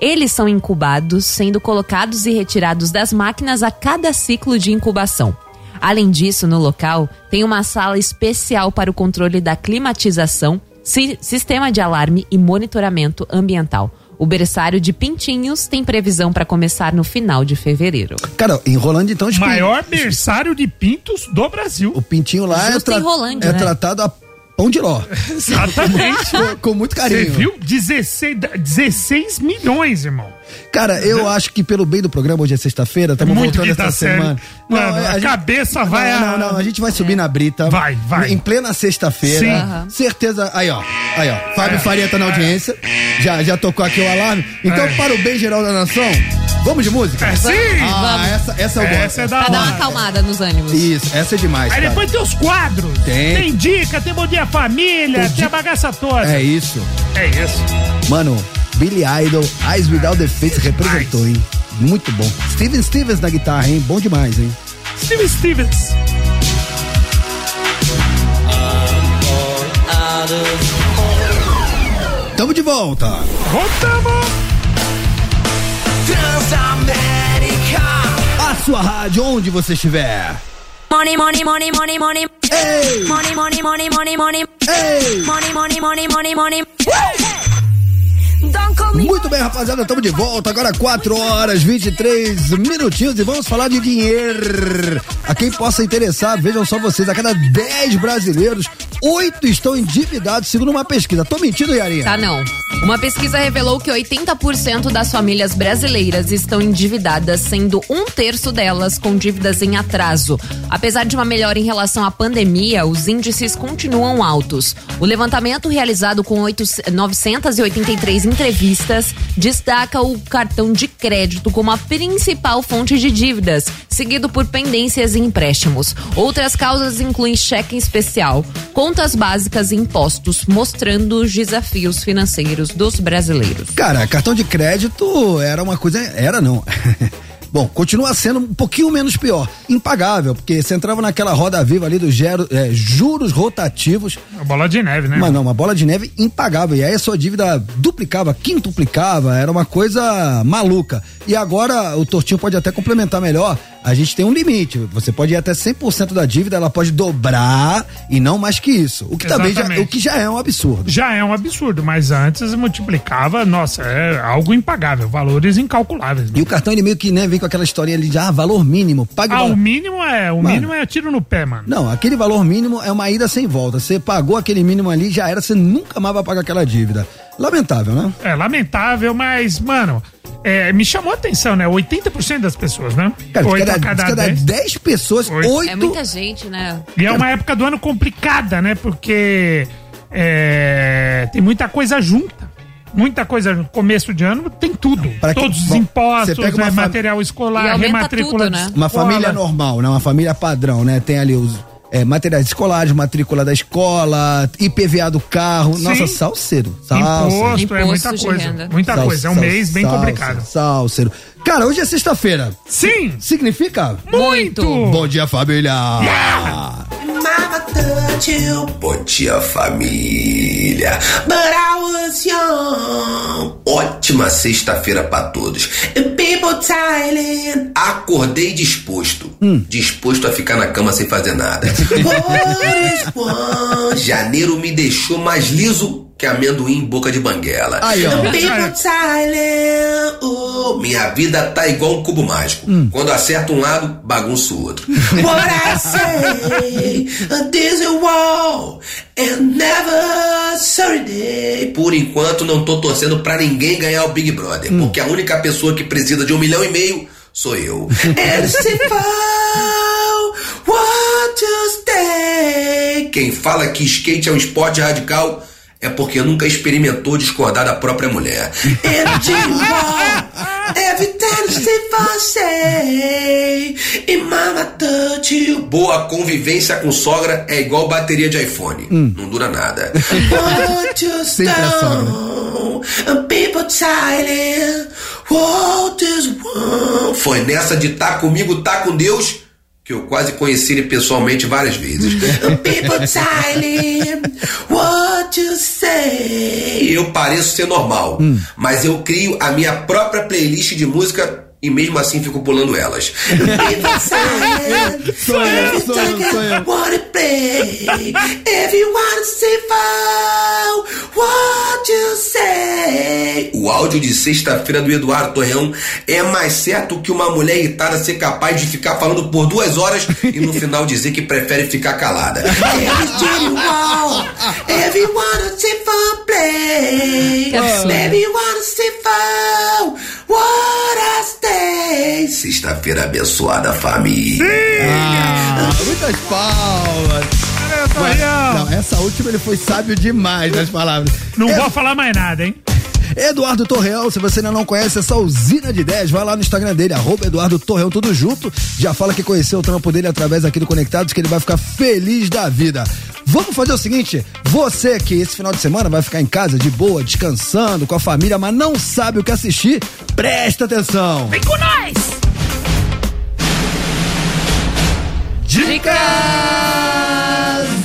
Speaker 4: Eles são incubados, sendo colocados e retirados das máquinas a cada ciclo de incubação. Além disso, no local, tem uma sala especial para o controle da climatização, si- sistema de alarme e monitoramento ambiental. O berçário de Pintinhos tem previsão para começar no final de fevereiro.
Speaker 1: Cara, em Rolândia, então...
Speaker 4: Maior
Speaker 1: berçário de pintos do Brasil. O pintinho lá é,
Speaker 4: Justo em Rolândia,
Speaker 1: é
Speaker 4: né?
Speaker 1: tratado a pão de ló.
Speaker 2: Exatamente.
Speaker 1: com, com muito carinho.
Speaker 2: Você viu? 16, 16 milhões, irmão.
Speaker 1: Cara, eu acho que pelo bem do programa, hoje é sexta-feira, estamos
Speaker 2: Muito
Speaker 1: voltando
Speaker 2: quinta
Speaker 1: essa
Speaker 2: série.
Speaker 1: semana. é,
Speaker 2: Mano, a cabeça vai
Speaker 1: Não,
Speaker 2: a-
Speaker 1: não, não, a gente vai subir na brita. Vai, vai. Em plena
Speaker 2: Sim.
Speaker 1: sexta-feira.
Speaker 2: Aham.
Speaker 1: Certeza. Aí, ó. Aí, ó. Fábio
Speaker 2: É.
Speaker 1: Faria tá na
Speaker 2: É.
Speaker 1: audiência. Já, já tocou aqui o alarme. Então,
Speaker 2: É.
Speaker 1: para o bem geral da nação, vamos de música?
Speaker 2: É, sim!
Speaker 1: Ah,
Speaker 2: Vamos.
Speaker 1: essa, essa eu gosto.
Speaker 2: Essa é da
Speaker 4: Pra dar uma
Speaker 2: hora.
Speaker 4: acalmada Tá nos ânimos.
Speaker 1: Isso, essa é demais.
Speaker 2: Aí
Speaker 1: cara.
Speaker 2: depois tem os quadros.
Speaker 1: Tem.
Speaker 2: dica, tem Bom Dia Família, tem, a bagaça toda.
Speaker 1: É isso.
Speaker 2: É isso.
Speaker 1: Mano, Billy Idol, Eyes Without the Face representou, hein? Muito bom. Steven Stevens na guitarra, hein? Bom demais, hein?
Speaker 2: Steve Stevens.
Speaker 1: Tamo de volta.
Speaker 2: Voltamos.
Speaker 1: A sua rádio, onde você estiver.
Speaker 7: Money, money, money, money, money. Money, money, money, money, money. Money, money, money, money, money. Don't call me.
Speaker 1: Muito bem, rapaziada, estamos de volta. Agora 4 horas 23 minutinhos e vamos falar de dinheiro. A quem possa interessar, vejam só vocês: a cada 10 brasileiros, 8 estão endividados, segundo uma pesquisa. Tô mentindo, Yarinha?
Speaker 4: Tá não. Uma pesquisa revelou que 80% das famílias brasileiras estão endividadas, sendo um terço delas com dívidas em atraso. Apesar de uma melhora em relação à pandemia, os índices continuam altos. O levantamento realizado com 8, 983 entrevistas destaca o cartão de crédito como a principal fonte de dívidas, seguido por pendências e empréstimos. Outras causas incluem cheque especial, contas básicas e impostos, mostrando os desafios financeiros dos brasileiros.
Speaker 1: Cara, cartão de crédito era uma coisa. Era não. Bom, continua sendo um pouquinho menos pior. Impagável, porque você entrava naquela roda viva ali dos gero- é, juros rotativos.
Speaker 2: Uma bola de neve, né?
Speaker 1: Mas não, uma bola de neve impagável. E aí a sua dívida duplicava, quintuplicava, era uma coisa maluca. E agora o Tortinho pode até complementar melhor. A gente tem um limite. Você pode ir até 100% da dívida, ela pode dobrar e não mais que isso. O que também já,
Speaker 2: Exatamente.
Speaker 1: o que já é um absurdo.
Speaker 2: Já é um absurdo, mas antes multiplicava, nossa, é algo impagável, valores incalculáveis.
Speaker 1: E o cartão ele meio que né, vem com aquela historinha ali de ah, valor mínimo, pague
Speaker 2: Ah,
Speaker 1: valor-
Speaker 2: o mínimo é, o
Speaker 1: Mano.
Speaker 2: mínimo é tiro no pé, mano.
Speaker 1: Não, aquele valor mínimo é uma ida sem volta. Você pagou aquele mínimo ali, já era, você nunca mais vai pagar aquela dívida. Lamentável, né?
Speaker 2: É lamentável, mas, mano, é, me chamou a atenção, né? 80% das pessoas, né?
Speaker 1: Cara, de
Speaker 2: Oito
Speaker 1: cada,
Speaker 2: a
Speaker 1: de cada 10,
Speaker 2: dez.
Speaker 1: pessoas,
Speaker 2: Oito.
Speaker 1: 8
Speaker 4: É muita gente, né?
Speaker 2: E é uma época do ano complicada, né? Porque é, tem muita coisa junta. Muita coisa junto. Começo de ano tem tudo. Todos os
Speaker 1: bom,
Speaker 2: impostos,
Speaker 1: você pega uma
Speaker 2: né,
Speaker 1: fam-
Speaker 2: material
Speaker 4: E
Speaker 2: escolar,
Speaker 4: aumenta
Speaker 2: rematrícula.
Speaker 4: tudo,
Speaker 2: de
Speaker 4: né?
Speaker 1: Uma
Speaker 2: escola.
Speaker 1: família normal, né? Uma família padrão, né? Tem ali os é, materiais escolares, matrícula da escola, IPVA do carro.
Speaker 2: Sim.
Speaker 1: Nossa, salseiro.
Speaker 2: Imposto,
Speaker 1: Salseiro.
Speaker 2: é muita coisa. Muita coisa. É um mês bem complicado.
Speaker 1: Salseiro. Cara, hoje é sexta-feira.
Speaker 2: Sim.
Speaker 1: Significa?
Speaker 2: Muito.
Speaker 1: Bom dia, família.
Speaker 13: Mama told you,
Speaker 14: Bom dia, família.
Speaker 13: but I was young.
Speaker 14: Ótima sexta-feira pra todos.
Speaker 13: People telling,
Speaker 14: Acordei disposto. Disposto a ficar na cama sem fazer nada. Ah,
Speaker 13: what is one?
Speaker 14: Janeiro me deixou mais liso que amendoim em boca de banguela.
Speaker 13: Aí, ó. People silent. Oh,
Speaker 14: Minha vida tá igual um cubo mágico. Quando acerta um lado, bagunça o outro.
Speaker 13: What I say, there's a wall and never Saturday.
Speaker 14: Por enquanto, não tô torcendo pra ninguém ganhar o Big Brother, porque a única pessoa que precisa de um milhão e meio sou eu. É,
Speaker 13: And simple, what to stay.
Speaker 14: Quem fala que skate é um esporte radical é porque nunca experimentou discordar da própria mulher.
Speaker 13: And you are every time simple say. And mama touch you.
Speaker 14: Boa convivência com sogra é igual bateria de iPhone. Não dura nada.
Speaker 13: What to
Speaker 1: né?
Speaker 13: stone. And people silent. What is one.
Speaker 14: Foi nessa de tá comigo, tá com Deus, que eu quase conheci ele pessoalmente várias vezes.
Speaker 13: People silent. What you say.
Speaker 14: E eu pareço ser normal, mas eu crio a minha própria playlist de música e mesmo assim fico pulando elas.
Speaker 13: People silent.
Speaker 1: Sou eu, sou eu, sou eu.
Speaker 13: Wanna play. Everyone simple. What you say.
Speaker 14: O áudio de sexta-feira do Eduardo Torreão é mais certo que uma mulher irritada ser capaz de ficar falando por duas horas e no final dizer que prefere ficar calada.
Speaker 13: Everyone, everyone sit for play.
Speaker 4: Que absurdo.
Speaker 13: Everyone sit for what I stay.
Speaker 14: Sexta-feira abençoada, família.
Speaker 1: Ah, muitas palmas. Não, essa última ele foi sábio demais nas palavras.
Speaker 2: Não vou falar mais nada, hein?
Speaker 1: Eduardo Torreão, se você ainda não conhece é essa usina de ideias, vai lá no Instagram dele, arroba Eduardo Torreão, tudo junto. Já fala que conheceu o trampo dele através aqui do Conectados, que ele vai ficar feliz da vida. Vamos fazer o seguinte: você que esse final de semana vai ficar em casa de boa, descansando com a família, mas não sabe o que assistir, presta atenção.
Speaker 2: Vem com nós!
Speaker 4: Dicas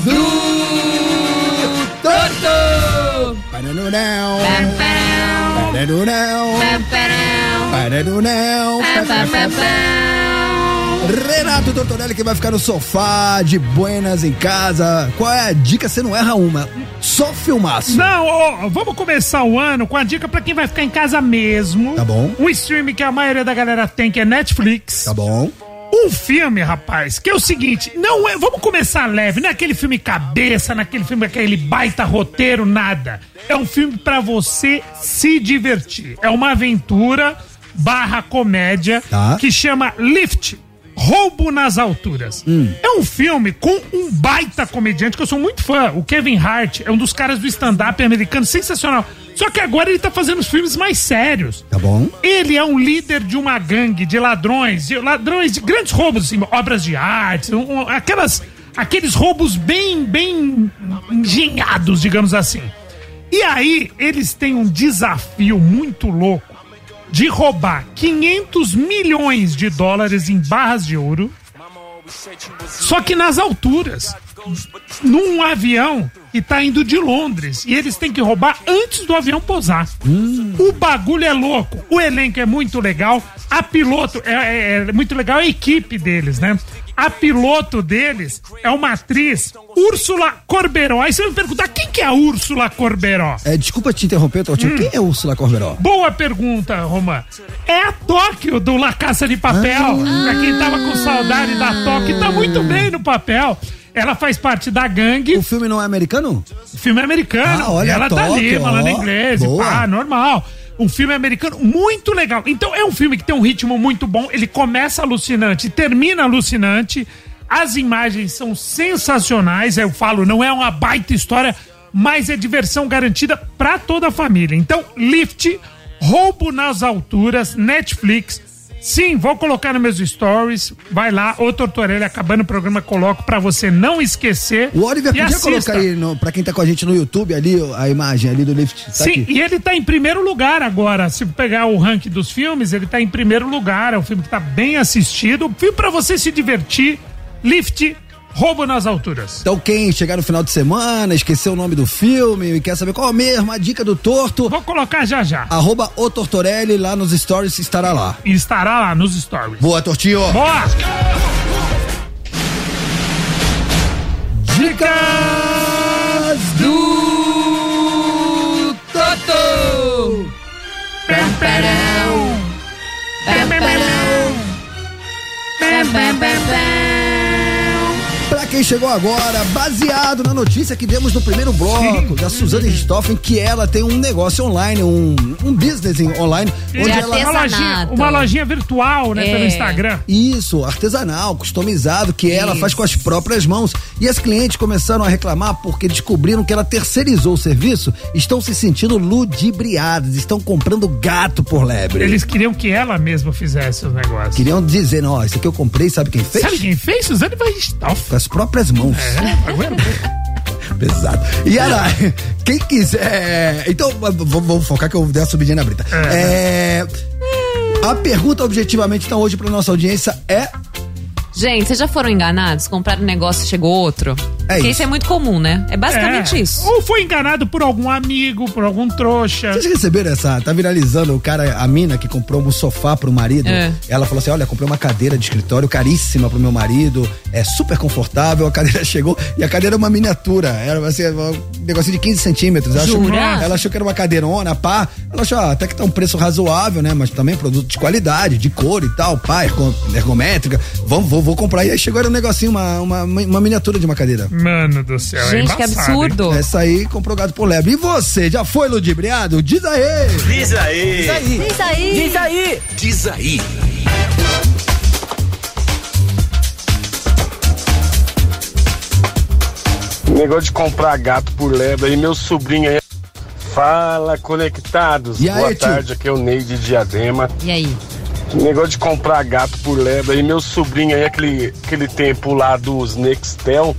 Speaker 4: do Toto!
Speaker 1: Pararurau, pararurau, pararurau, Renato Tortorelli que vai ficar no sofá, de buenas em casa. Qual é a dica? Você não erra uma. Só filmaço.
Speaker 2: Não, ó, vamos começar o ano com a dica pra quem vai ficar em casa mesmo.
Speaker 1: Tá bom.
Speaker 2: Um stream que a maioria da galera tem, que é Netflix.
Speaker 1: Tá bom.
Speaker 2: Um filme, rapaz, que é o seguinte, não é, vamos começar leve, não é aquele filme cabeça, naquele filme aquele baita roteiro, nada. É um filme pra você se divertir. É uma aventura barra comédia
Speaker 1: Tá.
Speaker 2: que chama Lift. Roubo nas alturas.
Speaker 1: Hum.
Speaker 2: É um filme com um baita comediante que eu sou muito fã. O Kevin Hart é um dos caras do stand-up americano sensacional. Só que agora ele tá fazendo os filmes mais sérios.
Speaker 1: Tá bom?
Speaker 2: Ele é um líder de uma gangue de ladrões, de ladrões de grandes roubos, assim, obras de arte, um- um- aquelas, aqueles roubos bem, bem engenhados, digamos assim. E aí eles têm um desafio muito louco de roubar 500 milhões de dólares em barras de ouro, só que nas alturas, num avião que tá indo de Londres. E eles têm que roubar antes do avião pousar. O bagulho é louco. O elenco é muito legal. A piloto é, é- é muito legal. A equipe deles, né? A piloto deles é uma atriz, Úrsula Corberó. Aí você vai me perguntar quem que é a Úrsula Corberó?
Speaker 1: É, desculpa te interromper, Tortinho.
Speaker 2: Hum.
Speaker 1: Quem é o Ursula Corberó?
Speaker 2: Boa pergunta, Roman. É a Tóquio do La Caça de Papel.
Speaker 1: Ah.
Speaker 2: Pra quem tava com saudade da Tóquio, tá muito bem no papel. Ela faz parte da gangue.
Speaker 1: O filme não é americano?
Speaker 2: O filme é americano.
Speaker 1: Ah, olha,
Speaker 2: e ela tá ali
Speaker 1: Tóquio,
Speaker 2: falando
Speaker 1: ó.
Speaker 2: inglês.
Speaker 1: Boa.
Speaker 2: Ah, normal. Um filme americano muito legal. Então é um filme que tem um ritmo muito bom. Ele começa alucinante, termina alucinante. As imagens são sensacionais. Eu falo, não é uma baita história, mas é diversão garantida pra toda a família. Então, Lift, Roubo nas Alturas, Netflix. Sim, vou colocar nos meus stories. Vai lá, ô Tortorelli, acabando o programa, coloco pra você não esquecer.
Speaker 1: O Oliver
Speaker 2: E
Speaker 1: podia
Speaker 2: assista.
Speaker 1: colocar aí, no, pra quem tá com a gente no YouTube, ali, a imagem ali do lift. Tá
Speaker 2: Sim,
Speaker 1: aqui.
Speaker 2: e ele tá em primeiro lugar agora. Se pegar o ranking dos filmes, ele tá em primeiro lugar. É um filme que tá bem assistido. Filme pra você se divertir. Lift, Roubo nas Alturas.
Speaker 1: Então quem chegar no final de semana, esqueceu o nome do filme e quer saber qual mesmo a dica do torto,
Speaker 2: Vou colocar já já.
Speaker 1: arroba o Tortorelli lá nos stories estará lá.
Speaker 2: E estará lá nos stories.
Speaker 1: Boa, Tortinho!
Speaker 2: Boa!
Speaker 1: Dicas do quem chegou agora, baseado na notícia que demos no primeiro bloco da
Speaker 2: Uhum.
Speaker 1: Suzane Richthofen, que ela tem um negócio online, um, um business em- online,
Speaker 2: De
Speaker 1: onde ela
Speaker 2: artesanato. É, Uma lojinha- uma lojinha virtual, né, pelo Instagram.
Speaker 1: Isso, artesanal, customizado, que ela
Speaker 2: Isso.
Speaker 1: faz com as próprias mãos. E as clientes começaram a reclamar porque descobriram que ela terceirizou o serviço, estão se sentindo ludibriadas, estão comprando gato por lebre.
Speaker 2: Eles queriam que ela mesma fizesse o negócio.
Speaker 1: Queriam dizer, não, ó, isso aqui eu comprei, sabe quem fez?
Speaker 2: Sabe quem fez? Suzane Weisstauf.
Speaker 1: Com as próprias mãos.
Speaker 2: É, agora
Speaker 1: Pesado. E era, quem quiser. Então, v- v- vamos focar que eu dei a subidinha na brita. É, a pergunta objetivamente, então, hoje pra nossa audiência é.
Speaker 4: Gente, vocês já foram enganados? Compraram um negócio e chegou outro?
Speaker 1: É isso.
Speaker 4: Porque isso. é muito comum, né? É basicamente
Speaker 2: É.
Speaker 4: isso.
Speaker 2: Ou foi enganado por algum amigo, por algum trouxa.
Speaker 1: Vocês receberam essa? Tá viralizando o cara, a mina que comprou um sofá pro marido.
Speaker 2: É.
Speaker 1: Ela falou assim: olha, comprei uma cadeira de escritório caríssima pro meu marido, é super confortável. A cadeira chegou e a cadeira é uma miniatura. Era assim, um negocinho de 15 centímetros. Ela achou-
Speaker 15: Jura?
Speaker 1: ela achou que era uma cadeirona, pá. Ela achou ah, até que tá um preço razoável, né? Mas também produto de qualidade, de cor e tal, pá, ergo- ergométrica. Vamos, vou, vou comprar. E aí chegou, era um negocinho, uma, uma, uma miniatura de uma cadeira.
Speaker 2: Mano do céu. é embaçado, hein?
Speaker 1: Essa aí comprou gado por lebre. E você, já foi ludibriado? Diz aí!
Speaker 5: Diz aí.
Speaker 7: Diz
Speaker 5: Diz aí.
Speaker 7: aí. Diz aí.
Speaker 14: Diz aí.
Speaker 16: Negócio de comprar gato por lebre aí, meu sobrinho aí. Fala, conectados.
Speaker 17: E aí,
Speaker 16: Boa
Speaker 17: tio?
Speaker 16: tarde, aqui é o Ney de Diadema.
Speaker 4: E aí?
Speaker 16: Negócio de comprar gato por lebre aí, meu sobrinho aí, aquele, aquele tempo lá dos Nextel,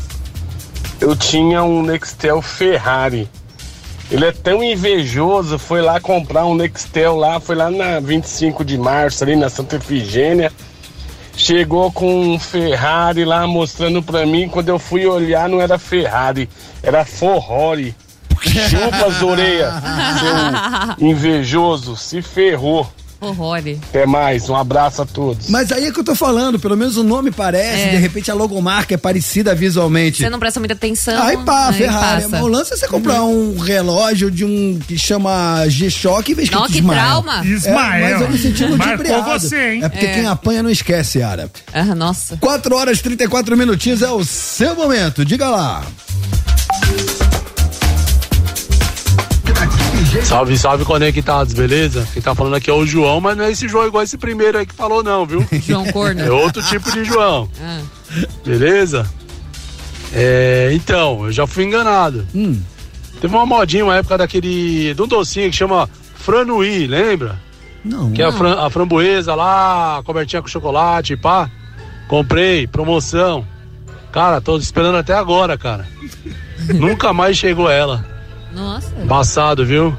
Speaker 16: eu tinha um Nextel Ferrari. Ele é tão invejoso, foi lá comprar um Nextel lá, foi lá na 25 de março, ali na Santa Efigênia. Chegou com um Ferrari lá mostrando pra mim. Quando eu fui olhar, não era Ferrari, era Forrori. Chupa as orelhas, seu invejoso, se ferrou.
Speaker 4: Horrore.
Speaker 16: Até mais, um abraço a todos.
Speaker 1: Mas aí é que eu tô falando, pelo menos o nome parece, de repente a logomarca é parecida visualmente.
Speaker 4: Você não presta muita atenção.
Speaker 1: Aí pá,
Speaker 4: né?
Speaker 1: Ferrari.
Speaker 4: passa. Uhum.
Speaker 1: O lance é você comprar um relógio de um que chama G-Shock e vez
Speaker 4: Nossa, que
Speaker 1: Ismael.
Speaker 4: trauma.
Speaker 1: É, mas eu me senti
Speaker 4: Ismael. Marcou
Speaker 1: ludibriado.
Speaker 4: você, hein?
Speaker 1: É porque
Speaker 4: É.
Speaker 1: quem apanha não esquece, Ara.
Speaker 4: Ah, nossa.
Speaker 1: 4 horas e 34 minutinhos é o seu momento. Diga lá.
Speaker 9: Salve, salve, conectados, beleza? Quem tá falando aqui é o João, mas não é esse João igual esse primeiro aí que falou, não, viu?
Speaker 4: João Corno. Ah.
Speaker 9: É outro tipo de João. Beleza? É, então, eu já fui enganado.
Speaker 4: Hum.
Speaker 9: Teve uma modinha, uma época daquele. de um docinho que chama Franui, lembra?
Speaker 1: Não.
Speaker 9: Que é a, fran- a framboesa lá, cobertinha com chocolate, pá. Comprei, promoção. Cara, tô esperando até agora, cara. Nunca mais chegou ela.
Speaker 4: Nossa.
Speaker 9: Embaçado, viu?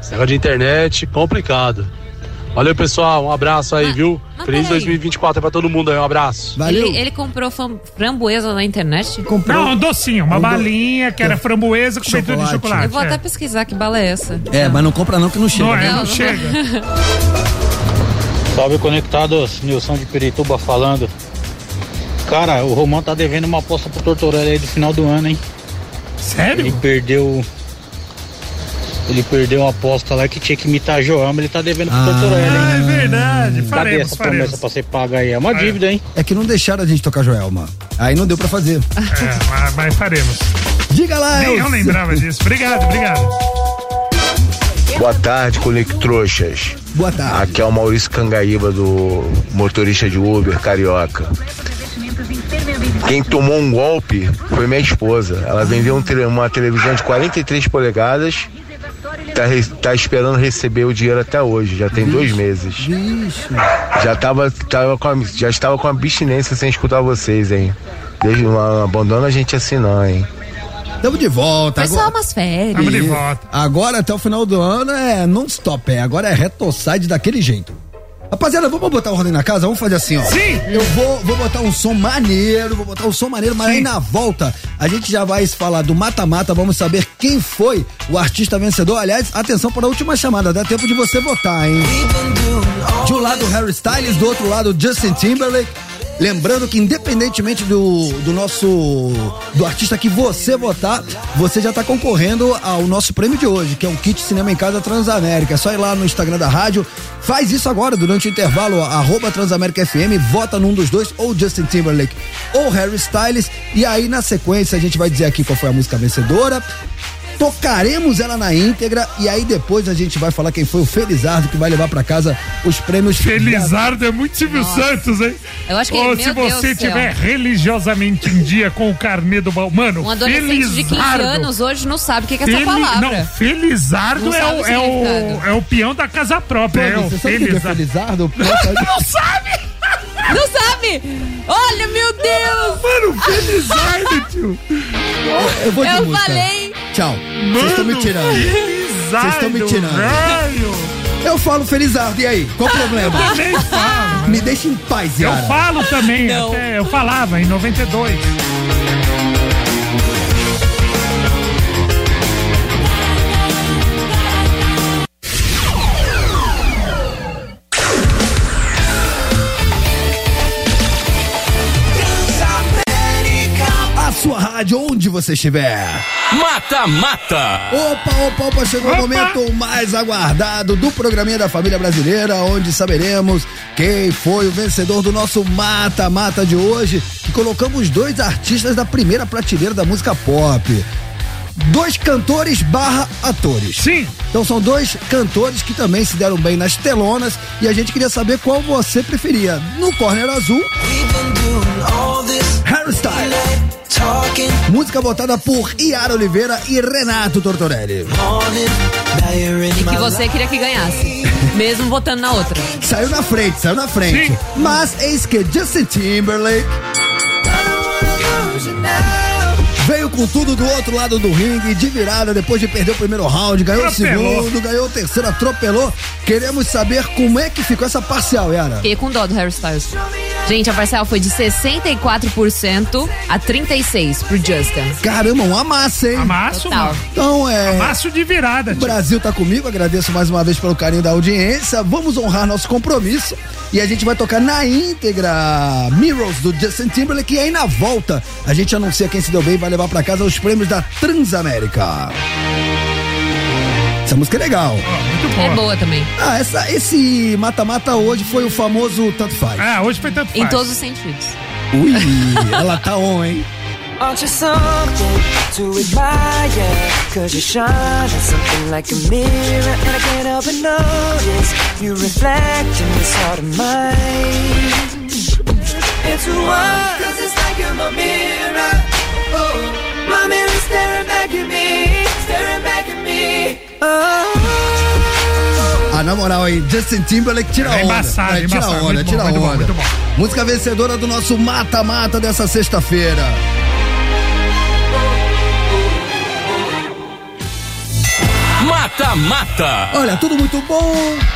Speaker 9: Esse negócio de internet, complicado. Valeu, pessoal. Um abraço aí, viu? Feliz 2024 pra todo mundo aí. Um abraço.
Speaker 4: Ele, ele comprou fam- framboesa na internet?
Speaker 2: Não, um docinho, uma balinha que era framboesa com cobertura de chocolate.
Speaker 4: Eu vou
Speaker 2: é.
Speaker 4: até pesquisar que bala é essa.
Speaker 1: É, mas não compra não que não chega. né?
Speaker 18: Salve conectados, Nilson de Pirituba falando. Cara, o Romão tá devendo uma aposta pro Tortorelli aí do final do ano, hein?
Speaker 2: Sério?
Speaker 18: Ele perdeu. Ele perdeu uma aposta lá que tinha que imitar João, mas ele tá devendo
Speaker 1: Ah.
Speaker 18: pro Tortorelli, hein?
Speaker 2: É verdade,
Speaker 18: Cadê
Speaker 2: faremos,
Speaker 18: essa
Speaker 2: faremos.
Speaker 18: promessa pra ser paga aí? É uma dívida, hein?
Speaker 1: É que não deixaram a gente tocar Joelma. Aí não deu pra fazer.
Speaker 2: É, mas, mas faremos.
Speaker 1: Diga lá,
Speaker 2: Nem eu
Speaker 1: Elcio.
Speaker 2: lembrava disso. Obrigado, obrigado.
Speaker 19: Boa tarde, Conectrouxas.
Speaker 1: Boa tarde.
Speaker 19: Aqui é o Maurício Cangaíba, do motorista de Uber, carioca. Quem tomou um golpe foi minha esposa. Ela vendeu um tele- uma televisão de 43 polegadas. Tá, re- tá esperando receber o dinheiro até hoje, já tem dois meses. Já, tava, tava com a- já estava com abstinência sem escutar vocês, hein? Desde, não abandona a gente assim não, hein?
Speaker 1: Tamo de volta.
Speaker 4: Foi só umas férias.
Speaker 1: E Agora até o final do ano é non-stop, é. Agora é retoside daquele jeito. Rapaziada, vamos botar ordem na casa? Vamos fazer assim, ó.
Speaker 2: Sim!
Speaker 1: Eu vou, vou botar um som maneiro, vou botar um som maneiro, mas aí na volta a gente já vai falar do mata-mata, vamos saber quem foi o artista vencedor. Aliás, atenção para a última chamada, dá tempo de você votar, hein? De um lado Harry Styles, do outro lado Justin Timberlake. Lembrando que independentemente do, do nosso do artista que você votar, você já está concorrendo ao nosso prêmio de hoje, que é o kit Cinema em Casa Transamérica. É só ir lá no Instagram da rádio, faz isso agora durante o intervalo arroba Transamérica FM, vota num dos dois ou Justin Timberlake ou Harry Styles e aí na sequência a gente vai dizer aqui qual foi a música vencedora tocaremos ela na íntegra e aí depois a gente vai falar quem foi o Felizardo que vai levar pra casa os prêmios.
Speaker 2: Felizardo é muito Silvio Santos, hein?
Speaker 4: Eu acho que-
Speaker 2: Ou
Speaker 4: meu
Speaker 2: se
Speaker 4: Deus
Speaker 2: você
Speaker 4: do céu.
Speaker 2: tiver religiosamente em dia com o carnê do baú. Mano,
Speaker 4: Um adolescente de 15
Speaker 2: Felizardo.
Speaker 4: anos hoje não sabe o que, que é essa
Speaker 2: Feli-
Speaker 4: palavra.
Speaker 2: Não, Felizardo
Speaker 4: Não
Speaker 2: é,
Speaker 4: sabe
Speaker 2: o,
Speaker 4: o
Speaker 2: é, o,
Speaker 4: significado.
Speaker 2: é o peão da casa própria.
Speaker 4: Pô,
Speaker 2: é o
Speaker 4: você sabe o que que é
Speaker 1: Felizardo?
Speaker 4: não sabe! Não sabe! Olha, meu Deus!
Speaker 2: Mano, Felizardo, tio!
Speaker 1: Eu vou de
Speaker 4: Eu
Speaker 1: música.
Speaker 4: falei!
Speaker 1: Tchau. Vocês estão me tirando. Vocês estão me tirando. Eu falo Felizardo, e aí? Qual o problema?
Speaker 2: Eu também falo.
Speaker 1: Me deixa em paz,
Speaker 2: Eu
Speaker 1: Yara.
Speaker 2: falo também, até eu falava em 92.
Speaker 1: A sua rádio, onde você estiver.
Speaker 15: Mata, mata.
Speaker 1: Opa, opa, opa, chegou o momento mais aguardado do programinha da família brasileira, onde saberemos quem foi o vencedor do nosso mata-mata de hoje, que colocamos dois artistas da primeira prateleira da música pop. Dois cantores barra atores.
Speaker 2: Sim.
Speaker 1: Então são dois cantores que também se deram bem nas telonas e a gente queria saber qual você preferia. No Corner Azul, Hairstyle. Música votada por Iara Oliveira e Renato Tortorelli.
Speaker 4: E que você queria que ganhasse. Mesmo votando na outra.
Speaker 1: Saiu na frente, saiu na frente. Mas eis que Justin Timberlake veio com tudo do outro lado do ringue, de virada, depois de perder o primeiro round, ganhou
Speaker 4: Atropelou.
Speaker 1: o segundo, ganhou o terceiro, atropelou. Queremos saber como é que ficou essa parcial, Yara.
Speaker 4: Fiquei com dó do Harry Styles. Gente, a parcial foi de 64% a 36% pro Justin.
Speaker 1: Caramba, um amasso, hein?
Speaker 2: Amasso,
Speaker 4: Total. mano.
Speaker 1: Então é.
Speaker 2: Amasso de virada.
Speaker 1: O Brasil tá comigo, agradeço mais uma vez pelo carinho da audiência. Vamos honrar nosso compromisso e a gente vai tocar na íntegra Mirrors do Justin Timberlake. E aí na volta a gente anuncia quem se deu bem e vai levar pra casa os prêmios da Transamérica. Essa música é legal.
Speaker 4: É boa também.
Speaker 1: Ah, essa, esse mata-mata hoje foi o famoso tanto faz.
Speaker 2: Ah, hoje foi tanto
Speaker 4: Em todos os sentidos.
Speaker 1: Ui, ela tá on, hein?
Speaker 17: Aren't you something to admire? Cause you shine on something like a mirror, and I can't help but notice you reflect in this heart of mine. It's one, cause it's like you're my mirror. Oh, my mirror staring back at me, staring back at me. Oh.
Speaker 1: Ah, na moral, hein? Justin Timberlake tira onda.
Speaker 2: É embaçado,
Speaker 1: É, tira
Speaker 2: embaçado.
Speaker 1: onda,
Speaker 2: Muito bom,
Speaker 1: tira
Speaker 2: muito bom,
Speaker 1: onda.
Speaker 2: muito bom.
Speaker 1: Música vencedora do nosso mata-mata dessa sexta-feira.
Speaker 15: Mata, mata.
Speaker 1: Olha, tudo muito bom,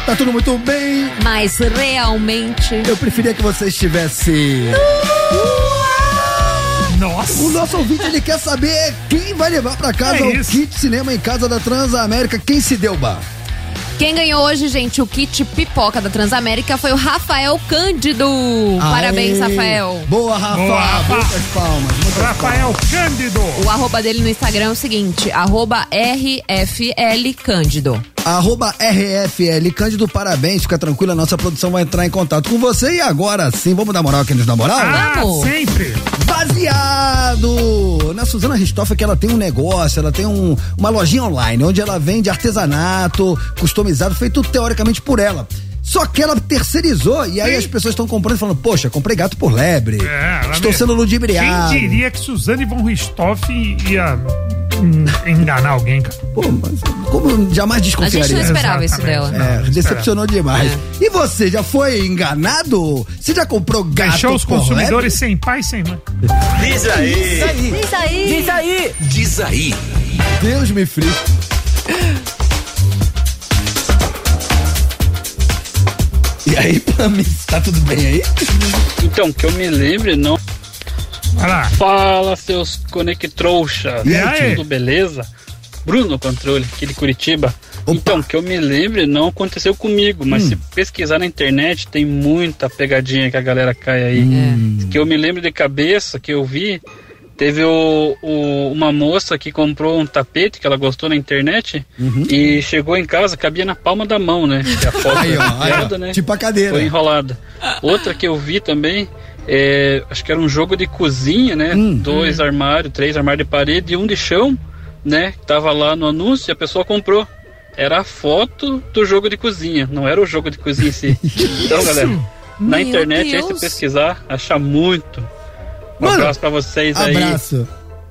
Speaker 1: tá tudo muito bem.
Speaker 4: Mas realmente.
Speaker 1: Eu preferia que você estivesse.
Speaker 2: Nossa!
Speaker 1: O nosso ouvinte ele quer saber quem vai levar pra casa
Speaker 4: É
Speaker 1: o
Speaker 4: isso.
Speaker 1: kit cinema em casa da Transamérica, quem se deu bar.
Speaker 4: Quem ganhou hoje, gente, o kit pipoca da Transamérica foi o Rafael Cândido. Parabéns,
Speaker 1: Aê.
Speaker 4: Rafael.
Speaker 1: Boa, Rafa.
Speaker 2: Boa, Rafa.
Speaker 1: Muitas palmas. Muitas
Speaker 2: Rafael Cândido.
Speaker 4: O arroba dele no Instagram é o seguinte, arroba RFL Cândido.
Speaker 1: Arroba RFL Cândido, parabéns, fica tranquila, nossa produção vai entrar em contato com você e agora sim, vamos dar moral aqui nos namorados?
Speaker 2: Ah, sempre.
Speaker 1: Baseado na Suzana Ristoff, que ela tem um negócio, ela tem um- uma lojinha online, onde ela vende artesanato customizado, feito teoricamente por ela. Só que ela terceirizou e aí as pessoas estão comprando e falando: Poxa, comprei gato por lebre.
Speaker 2: É, ela
Speaker 1: Estou
Speaker 2: mesmo.
Speaker 1: sendo ludibriado.
Speaker 2: Quem diria que Suzane von Ristoff ia hum, enganar alguém, cara?
Speaker 1: Pô, mas como jamais desconfiaria?
Speaker 4: A gente não esperava isso
Speaker 1: Exatamente.
Speaker 4: dela.
Speaker 1: É,
Speaker 4: Não, não
Speaker 1: decepcionou demais.
Speaker 4: É.
Speaker 1: E você, já foi enganado? Você já comprou gato
Speaker 2: Deixou os
Speaker 1: por
Speaker 2: consumidores sem pai, sem mãe.
Speaker 15: Diz aí.
Speaker 4: Diz aí. Diz aí.
Speaker 15: Diz aí.
Speaker 1: lebre? Deus me frio. E aí, Pami, tá tudo bem aí?
Speaker 20: Então, que eu me lembre, não. Fala, seus conectrouxa. Tá
Speaker 2: E aí?
Speaker 20: Tudo beleza? Bruno Controle, aqui de Curitiba. Então, que eu me lembre, não aconteceu comigo,
Speaker 1: Hum.
Speaker 20: mas se pesquisar na internet, tem muita pegadinha que a galera cai aí.
Speaker 1: Hum.
Speaker 20: É. Que eu me lembro de cabeça, que eu vi, teve o, o- uma moça que comprou um tapete que ela gostou na internet
Speaker 1: Uhum.
Speaker 20: e chegou em casa, cabia na palma da mão, né? Que a foto
Speaker 1: Aí,
Speaker 20: era
Speaker 1: ó, aí, ó.
Speaker 20: piada, né?
Speaker 1: Tipo a cadeira.
Speaker 20: Foi enrolada. Outra que eu vi também, é, acho que era um jogo de cozinha, né?
Speaker 1: Hum.
Speaker 20: Dois armários, três armários de parede e um de chão, né? Tava lá no anúncio e a pessoa comprou. Era a foto do jogo de cozinha, não era o jogo de cozinha em si. então,
Speaker 1: isso?
Speaker 20: galera, na
Speaker 1: Meu
Speaker 20: internet aí
Speaker 1: Deus.
Speaker 20: se pesquisar, achar muito. Um
Speaker 1: Mano,
Speaker 20: abraço pra vocês aí.
Speaker 1: Abraço.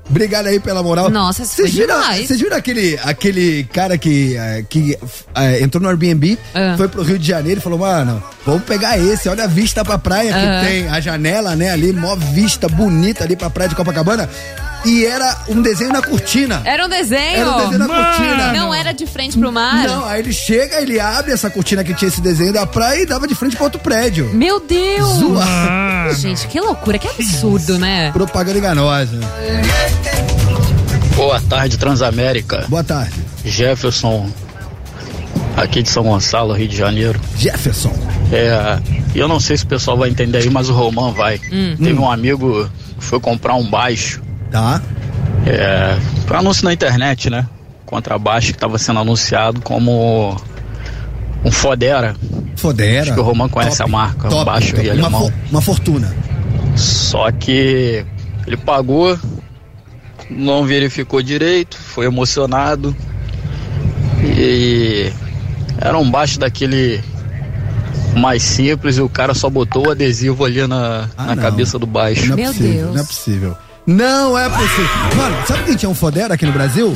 Speaker 1: Obrigado aí pela moral.
Speaker 4: Nossa, isso
Speaker 1: vocês
Speaker 4: foi
Speaker 1: viram,
Speaker 4: demais.
Speaker 1: vocês viram aquele, aquele cara que, eh, que eh, entrou no Airbnb,
Speaker 4: Ah.
Speaker 1: foi pro Rio de Janeiro e falou: Mano, vamos pegar esse, olha a vista pra praia que
Speaker 4: Ah.
Speaker 1: tem, a janela, né, ali, mó vista bonita ali pra praia de Copacabana. E era um desenho na cortina.
Speaker 4: Era um desenho.
Speaker 1: Era um desenho na cortina.
Speaker 4: Não era de frente pro mar.
Speaker 1: Não, aí ele chega, ele abre essa cortina que tinha esse desenho da praia e dava de frente pra outro prédio.
Speaker 4: Meu Deus!
Speaker 1: Zoado.
Speaker 4: Gente, que loucura, que absurdo, né?
Speaker 1: Propaganda enganosa.
Speaker 21: Boa tarde, Transamérica.
Speaker 1: Boa tarde.
Speaker 21: Jefferson, aqui de São Gonçalo, Rio de Janeiro.
Speaker 1: Jefferson.
Speaker 21: É, eu não sei se o pessoal vai entender aí, mas o Romão vai.
Speaker 1: Hum.
Speaker 21: Teve
Speaker 1: Hum.
Speaker 21: um amigo que foi comprar um baixo.
Speaker 1: Tá.
Speaker 21: É, foi um anúncio na internet, né? Contrabaixo que estava sendo anunciado como um Fodera.
Speaker 1: Fodera.
Speaker 21: Acho que o Romão conhece a marca, um
Speaker 1: Top,
Speaker 21: baixo
Speaker 1: top.
Speaker 21: e
Speaker 1: Uma,
Speaker 21: alemão.
Speaker 1: fo- uma fortuna.
Speaker 21: Só que ele pagou, não verificou direito, foi emocionado. E era um baixo daquele mais simples e o cara só botou o adesivo ali na, na cabeça do baixo.
Speaker 1: Ah, Não é possível, Não é possível. Não é possível. Mano, sabe quem tinha um fodera aqui no Brasil? O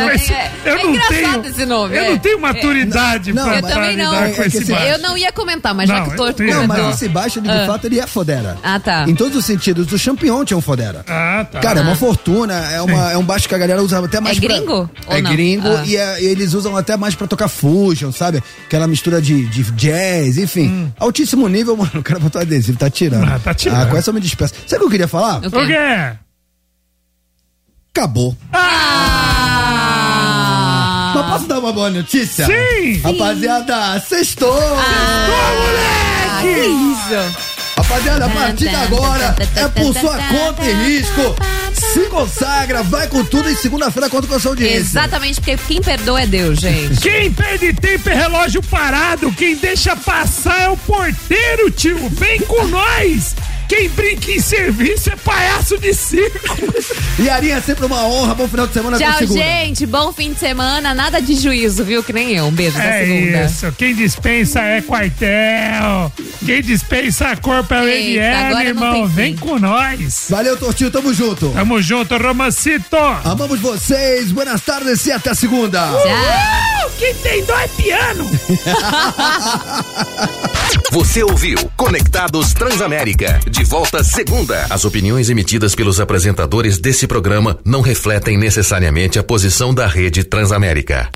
Speaker 4: É, é, é engraçado esse nome. é. É.
Speaker 1: pra
Speaker 4: eu também não. Eu não ia comentar, é, mas já que tô
Speaker 1: assim, Não, mas esse baixo, ele, de
Speaker 4: Ah.
Speaker 1: fato, ele é fodera.
Speaker 4: Ah, tá.
Speaker 1: Em todos os sentidos. O champion tinha um fodera.
Speaker 2: Ah, tá.
Speaker 1: Cara, é uma
Speaker 4: Ah.
Speaker 1: fortuna, é, uma, é um baixo que a galera usa até mais
Speaker 4: É
Speaker 1: pra-
Speaker 4: gringo ou
Speaker 1: É
Speaker 4: não?
Speaker 1: gringo
Speaker 4: Ah.
Speaker 1: e, é- e eles usam até mais pra tocar fusion, sabe? Aquela mistura de, de jazz, enfim. Altíssimo nível, mano, o cara botou adesivo, tá tirando. Hum. Ah, tá
Speaker 2: tirando.
Speaker 1: Ah, com essa eu me despeço. Sabe o que eu queria falar?
Speaker 2: O quê?
Speaker 1: Acabou.
Speaker 4: Ah!
Speaker 1: Mas posso dar uma boa notícia?
Speaker 13: Sim!
Speaker 1: Rapaziada, sextou!
Speaker 4: Ah,
Speaker 1: Sextou, moleque! Rapaziada, a partir de agora é por sua conta e risco. Se consagra, vai com tudo e segunda-feira conta com a sua audiência.
Speaker 4: Exatamente, porque quem perdoa é Deus, gente.
Speaker 2: Quem perde tempo é relógio parado, quem deixa passar é o porteiro, tio. Vem com nós! Quem brinca em serviço é palhaço de circo.
Speaker 1: E Arinha, é sempre uma honra. Bom final de semana até
Speaker 4: Tchau,
Speaker 1: segunda.
Speaker 4: gente. Bom fim de semana. Nada de juízo, viu? Que nem eu. Um beijo até
Speaker 2: É
Speaker 4: segunda.
Speaker 2: isso, quem dispensa é quartel, quem dispensa a corpo é o
Speaker 4: Eita,
Speaker 2: ML,
Speaker 4: agora não tem
Speaker 2: irmão,
Speaker 4: fim.
Speaker 2: vem com nós.
Speaker 1: Valeu, Tortinho, tamo junto.
Speaker 2: Tamo junto, Romancito.
Speaker 1: Amamos vocês, boas tardes e até segunda.
Speaker 2: Tchau. Quem tem dó é piano.
Speaker 22: Você ouviu Conectados Transamérica. De volta segunda.
Speaker 3: As opiniões emitidas pelos apresentadores desse programa não refletem necessariamente a posição da Rede Transamérica.